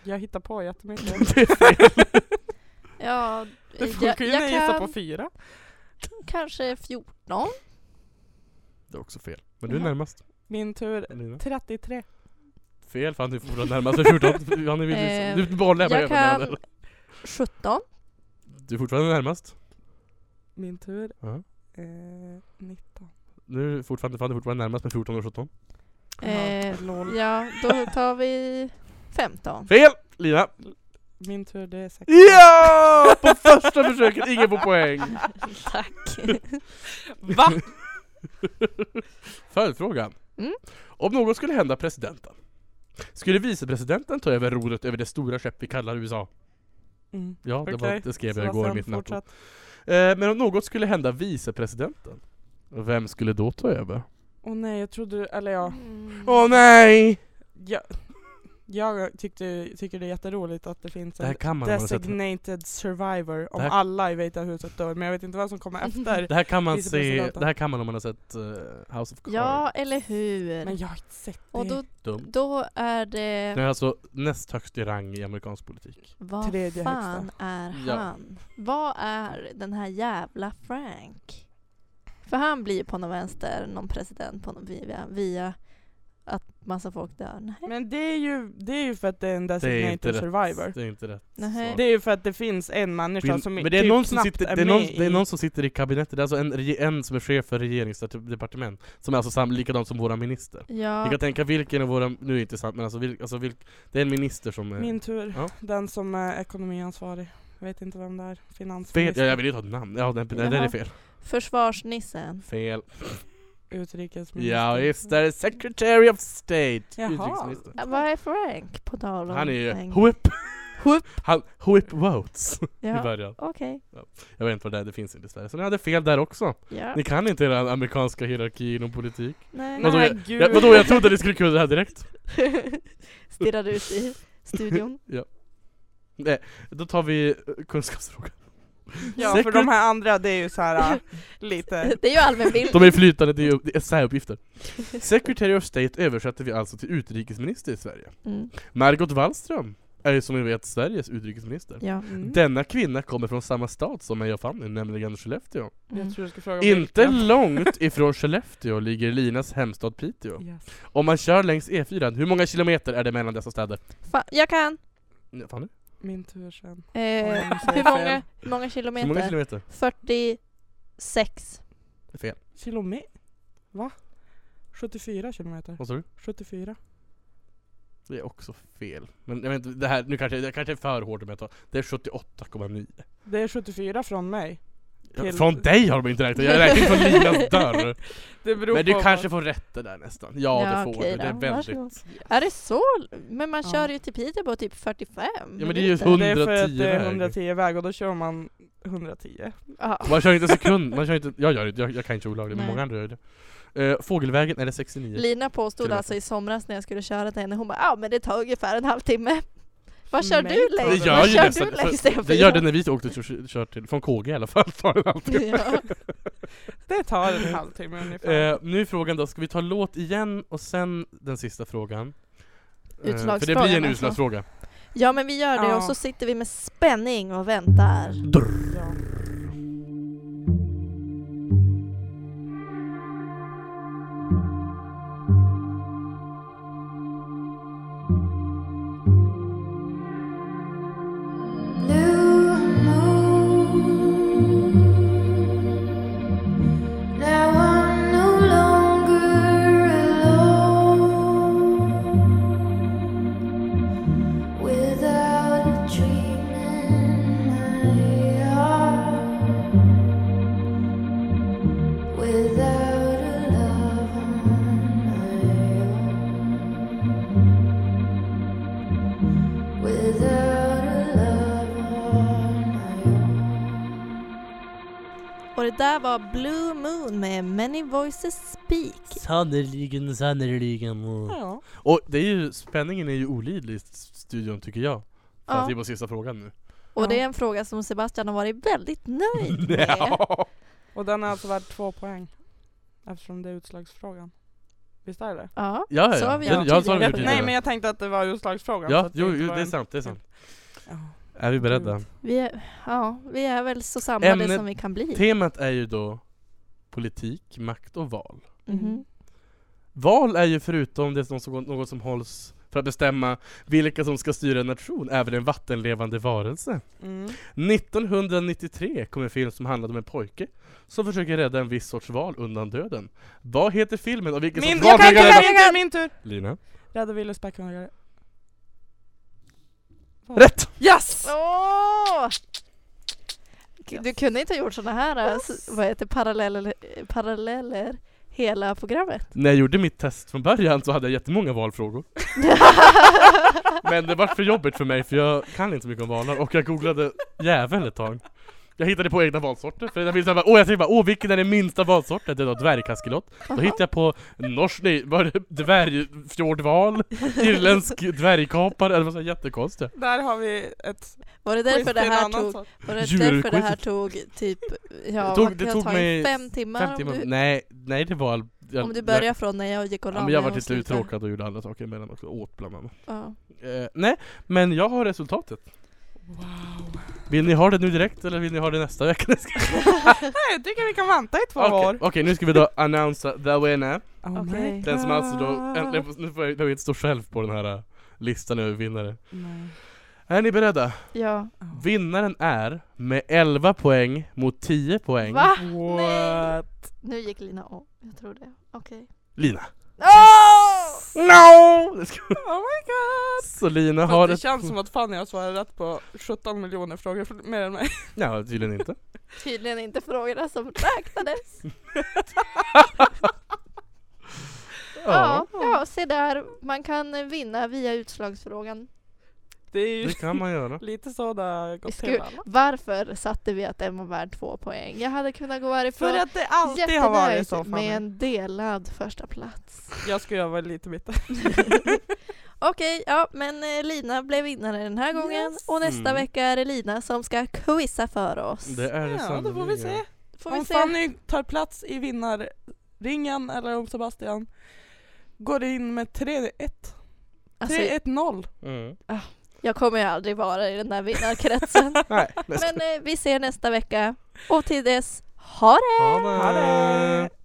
C: Jag hittar på
B: (laughs)
C: jättemycket.
B: Det
C: (laughs)
B: är fel.
D: Ja,
C: Du får
D: jag,
C: kunna
D: jag
C: gissa
D: kan
C: på fyra.
D: kanske 14.
B: Det är också fel. Men du är
D: Jaha.
B: närmast.
C: Min tur.
B: Lina.
C: 33.
B: Fel, fan du får vara närmast. Jag är 14. Han är
D: Eh,
B: vill- Du bollar
D: jag kan 17.
B: Du är fortfarande närmast.
C: Min tur.
B: Ja.
C: Eh, 19.
B: Nu är fortfarande, fan, du är fortfarande närmast med 14 och 17.
D: Eh,
C: Lol.
D: Ja, då tar vi 15.
B: Fel! Lina.
C: Min tur, det är 16.
B: Ja! På första försöket, ingen får poäng.
D: (laughs) Tack.
C: Va?
B: Följdfrågan.
D: Mm.
B: Om något skulle hända presidenten, skulle vicepresidenten ta över rodret över det stora skepp vi kallar USA?
C: Mm.
B: Ja, det, var,
C: Okej.
B: det skrev jag
C: Sebastian,
B: igår mitt natt. Eh,
C: fortsätt.
B: men om något skulle hända vicepresidenten, Och Vem skulle då ta över?
C: Åh nej, jag trodde, eller ja,
D: Mm.
B: Åh nej!
C: jag, jag tyckte, tycker det är jätteroligt att det finns
B: Det här
C: en
B: kan man det
C: designated survivor om
B: Det här-
C: alla i Vita huset dör, men jag vet inte vad som
D: (laughs)
C: kommer efter.
B: här kan man
C: Lisa
B: se,
C: Presidenta.
B: det här kan man om man har sett eh, House of Cards.
D: Ja, eller hur?
C: Men jag har inte sett det.
D: Och då,
B: Dumt.
D: då är
B: Den är
D: det...
B: alltså näst högst i rang i amerikansk politik.
D: Vad
C: Tredje
D: fan
C: högsta.
D: är
B: Ja.
D: han? Vad är den här jävla Frank? För han blir ju på någon vänster någon president på någon via, via att massa folk dör. Nej.
C: Men det är, ju, det är ju för att det är en
B: Det är inte
C: designated survivor.
B: rätt. Det är inte rätt.
D: Nej.
B: svar.
C: Det är ju för att det finns en människa som
B: men det är,
C: typ
B: någon som
C: knappt
B: sitter,
C: är
B: det, är någon,
C: med
B: det är
C: i-
B: någon som sitter i kabinettet, det är alltså en, rege- en som är chef för regeringsdepartement Som är alltså sam, likadan som våra minister Ni
D: Ja,
B: kan tänka vilken av våra, nu är det inte sant men alltså, vilk, alltså vilk, det är en minister som är
C: Min tur.
B: Ja.
C: Den som är ekonomiansvarig. Jag vet inte vem det är.
B: Fel, ja,
C: Finansminister.
B: jag vill inte ha ett namn, ja den, den, den är
D: Jaha.
B: fel
D: försvarsnissen.
B: Fel
C: Utrikesminister.
B: Ja visst, det är Secretary of State
C: Jaha.
B: Utrikesminister.
D: Ja, Vad är Frank på tal om
B: Han är ju
D: pengar?
B: whip,
D: Whoop.
B: (laughs) han, whip votes i
D: Ja,
B: början
D: okej.
B: Jag vet inte vad det är, det finns inte i Sverige Så ni hade fel där också
D: Ja,
B: Ni kan inte den amerikanska hierarkin och politik
D: nej.
B: Vadå,
C: Nej,
B: jag,
C: gud.
B: jag, vadå jag trodde ni skulle kunna det här direkt
D: (laughs) Stirrar ut i studion.
B: Då tar vi eh, kunskapsfrågan.
C: (laughs) Ja, för
B: Secret-
C: de här andra det är ju
B: (laughs)
C: så här äh, lite...
D: Det är ju allmänbildning.
B: De är flytande, det är ju- det är essäuppgifter. Secretary of State översätter vi alltså till utrikesminister i Sverige.
D: Mm.
B: Margot Wallström är ju som vi vet Sveriges utrikesminister.
D: Ja.
C: Mm.
B: Denna kvinna kommer från samma stad som mig och Fanny, nämligen Skellefteå.
D: Mm.
C: Jag tror du ska fråga om
B: Inte
C: vilken.
B: långt ifrån Skellefteå ligger Linas hemstad Piteå.
C: Yes.
B: Om man kör längs E4, hur många kilometer är det mellan dessa städer?
D: Fan, jag kan.
B: Nej, Fanny?
C: Min tur sen.
D: Eh,
C: Mm, säg
D: hur,
C: fel.
D: många, hur många
B: Hur många
D: kilometer?
B: kilometer?
D: 46.
B: Det är fel.
C: Kilometer? Va? 74 kilometer.
B: Vad sa du?
C: 74.
B: Det är också fel. Men jag vet inte, det här, nu kanske, det kanske är för hårt om jag tar. Det är 78,9.
C: Det är 74 från mig.
B: Ja,
C: Till-
B: Från dig har de inte räknat, jag räknar från
C: (laughs)
B: Linas dörr.
C: Det beror
B: Men du
C: på
B: kanske får rätt det där nästan. Ja,
D: Ja,
B: det får
D: okej
B: du. Det är
D: då.
B: väldigt...
D: Varsågod. Är det så? Men man
C: Ja.
D: kör ju till Piteå på typ 45 Ja
B: men det är ju
C: vad- Det är för att
B: 110
C: det är
B: väg.
C: 110 väg och då kör man 110.
D: Ja.
B: Man kör inte sekund, man kör inte... Jag gör det, jag, jag kan inte olagligt men
D: Nej.
B: många andra gör det. Eh, fågelvägen är det 69.
D: Lina påstod
B: Kilometer.
D: alltså i somras när jag skulle köra till henne, hon bara ja ah, men det tar ungefär
B: (laughs)
D: en halvtimme. Vad kör
C: Nej,
D: du
C: det
B: det
D: längst?
B: gör
D: Vad
B: ju
D: kör
B: nästan...
D: du längst
B: för, det gör det när vi åkte och kör, kör till, från KG i alla fall. (laughs) tar det alltid.
D: (laughs) ja.
C: Det tar en halvtimme ungefär.
B: Eh, nu är frågan då, ska vi ta låt igen och sen den sista frågan? Eh, För det
D: Utslagsfrågan
B: blir en
D: alltså.
B: utslagsfråga.
D: ja men vi gör det
C: Ja.
D: och så sitter vi med spänning och väntar.
C: Ja.
F: Blue moon. Now I'm no longer alone. Without a dream in my heart. Without a love on my own. Without a love on my own.
D: Och det där var Blue Moon med Many Voices Speak.
B: Sannerligen, sannerligen.
C: Ja.
B: Och det är ju, spänningen är ju olidlig i s- studion tycker jag. Fast det är på sista frågan nu.
D: Och
C: Ja.
D: det är en fråga som Sebastian har varit väldigt
B: (laughs)
D: nöjd med.
B: Ja.
C: Och den är alltså värd två poäng. Eftersom det är utslagsfrågan. Visst är det?
D: Ja.
B: Ja,
D: Så
B: ja.
D: har vi
B: Den,
D: gjort
B: jag sa det
D: tidigare.
B: gjort tidigare.
C: Nej men jag tänkte att det var utslagsfrågan. så
B: Ja,
C: att
B: jo,
C: inte
B: jo,
C: var
B: det är
C: en-
B: sant, det är sant.
C: Ja.
B: Är vi beredda?
D: Vi, är, ja, vi är väl så samlade
B: Ämnet-
D: som vi kan bli.
B: Temat är ju då politik, makt och val.
C: Mm.
D: Mhm.
B: Val är ju förutom det som, som- något som hålls för att bestämma vilka som ska styra en nation, även en vattenlevande varelse.
C: Mm.
B: 1993 kom en film som handlade om en pojke som försöker rädda en viss sorts val undan döden. Vad heter filmen och vilken
C: Min,
B: sorts val
C: jag kan inte,
B: försöker rädda?
C: min tur, min tur!
B: Lina?
C: Rädda Willys backhundar.
B: Rätt!
C: Yes!
D: Åh! Du kunde inte ha gjort sådana här eh, s- vad heter, paralleller, paralleller
B: (laughs)
D: hela programmet.
B: När jag gjorde mitt test från början så hade jag jättemånga valfrågor. Men det var för jobbigt för mig för jag kan inte så mycket om valar och jag googlade jävel ett tag. Jag hittade på egna valsorter, för jag ville såhär bara, åh jag tänkte bara, åh vilken är den minsta valsorten? Det var dvärgkaskelot. Då hittade jag på norsk, nej, var det dvärgfjordval? Irländsk dvärgkapare, det var såhär jättekonstiga.
C: Där har vi ett
D: Var det
C: quiz
D: därför
C: till
D: det
C: en
D: här
C: annan
D: tog,
C: sak.
D: var det därför det
B: Djurquizet.
D: här tog typ, ja,
B: Det tog-
D: vad
B: det
D: kan
B: tog
D: ta
B: mig
D: fem timmar,
B: Fem
D: Om,
B: timmar,
D: du,
B: nej, nej det var... Jag,
D: om du börjar från när jag gick och
B: jag,
D: la
B: ja, men
D: mig
B: jag var
D: och
B: lite
D: slutar.
B: uttråkad och gjorde andra saker emellan också, åt bland annat.
D: Ja.
B: Eh, nej, men jag har resultatet.
C: Wow.
B: Vill ni ha det nu direkt eller vill ni ha det nästa vecka? (laughs)
C: Nej, jag tycker vi kan vänta i två
B: Okej,
C: år.
B: okej, nu ska vi då annonsa the winner.
C: Oh Ah. my
D: Okej.
B: Den som alltså då
C: God.
B: äntligen, får- nu får jag, behöver inte stå själv på den här eh, listan över vinnare.
C: Nej.
B: Är ni beredda?
D: ja.
C: Oh.
B: Vinnaren är med 11 poäng mot 10 poäng
D: Va?
C: What?
D: Nu gick Lina om, jag tror det. Okej.
B: Lina.
D: Åh!
B: No! Det ska-
C: Oh my
B: (laughs)
C: god!
B: Så Lina har
C: Fast det
B: ett...
C: känns som att Fanny har svarat rätt på 17 miljoner frågor för- mer än mig. (laughs)
B: Ja, tydligen inte.
D: Tydligen inte frågorna som räknades.
B: Ja,
D: (laughs) Ja, ja, se där. Man kan vinna via utslagsfrågan.
C: Det är ju
B: det kan man göra.
C: lite så det har
D: Vi
C: gått
D: sku-
C: till alla.
D: Varför satte vi att den var värd två poäng? Jag hade kunnat gå
C: För
D: varifrån
C: att det alltid har varit så
D: jättenöjd
C: Fanny.
D: med en delad första plats.
C: Jag skulle vara lite bitter.
D: Okej, ja men eh, Lina blev vinnare den här gången och nästa
B: Mm.
D: vecka är det Lina som ska quizza för oss.
B: Det är det
C: Ja, då får vi
B: sannerligen.
C: se.
D: Får vi
C: om
D: se.
C: Fanny tar plats i vinnarringen eller om Sebastian går in med 3-1. 3-1-0.
D: Alltså,
B: Mm.
D: jag kommer ju aldrig vara i den där vinnarkretsen.
B: Nej, nästa.
D: men eh, vi ser nästa vecka och till dess, ha det!
B: Ha det!
C: Ha det!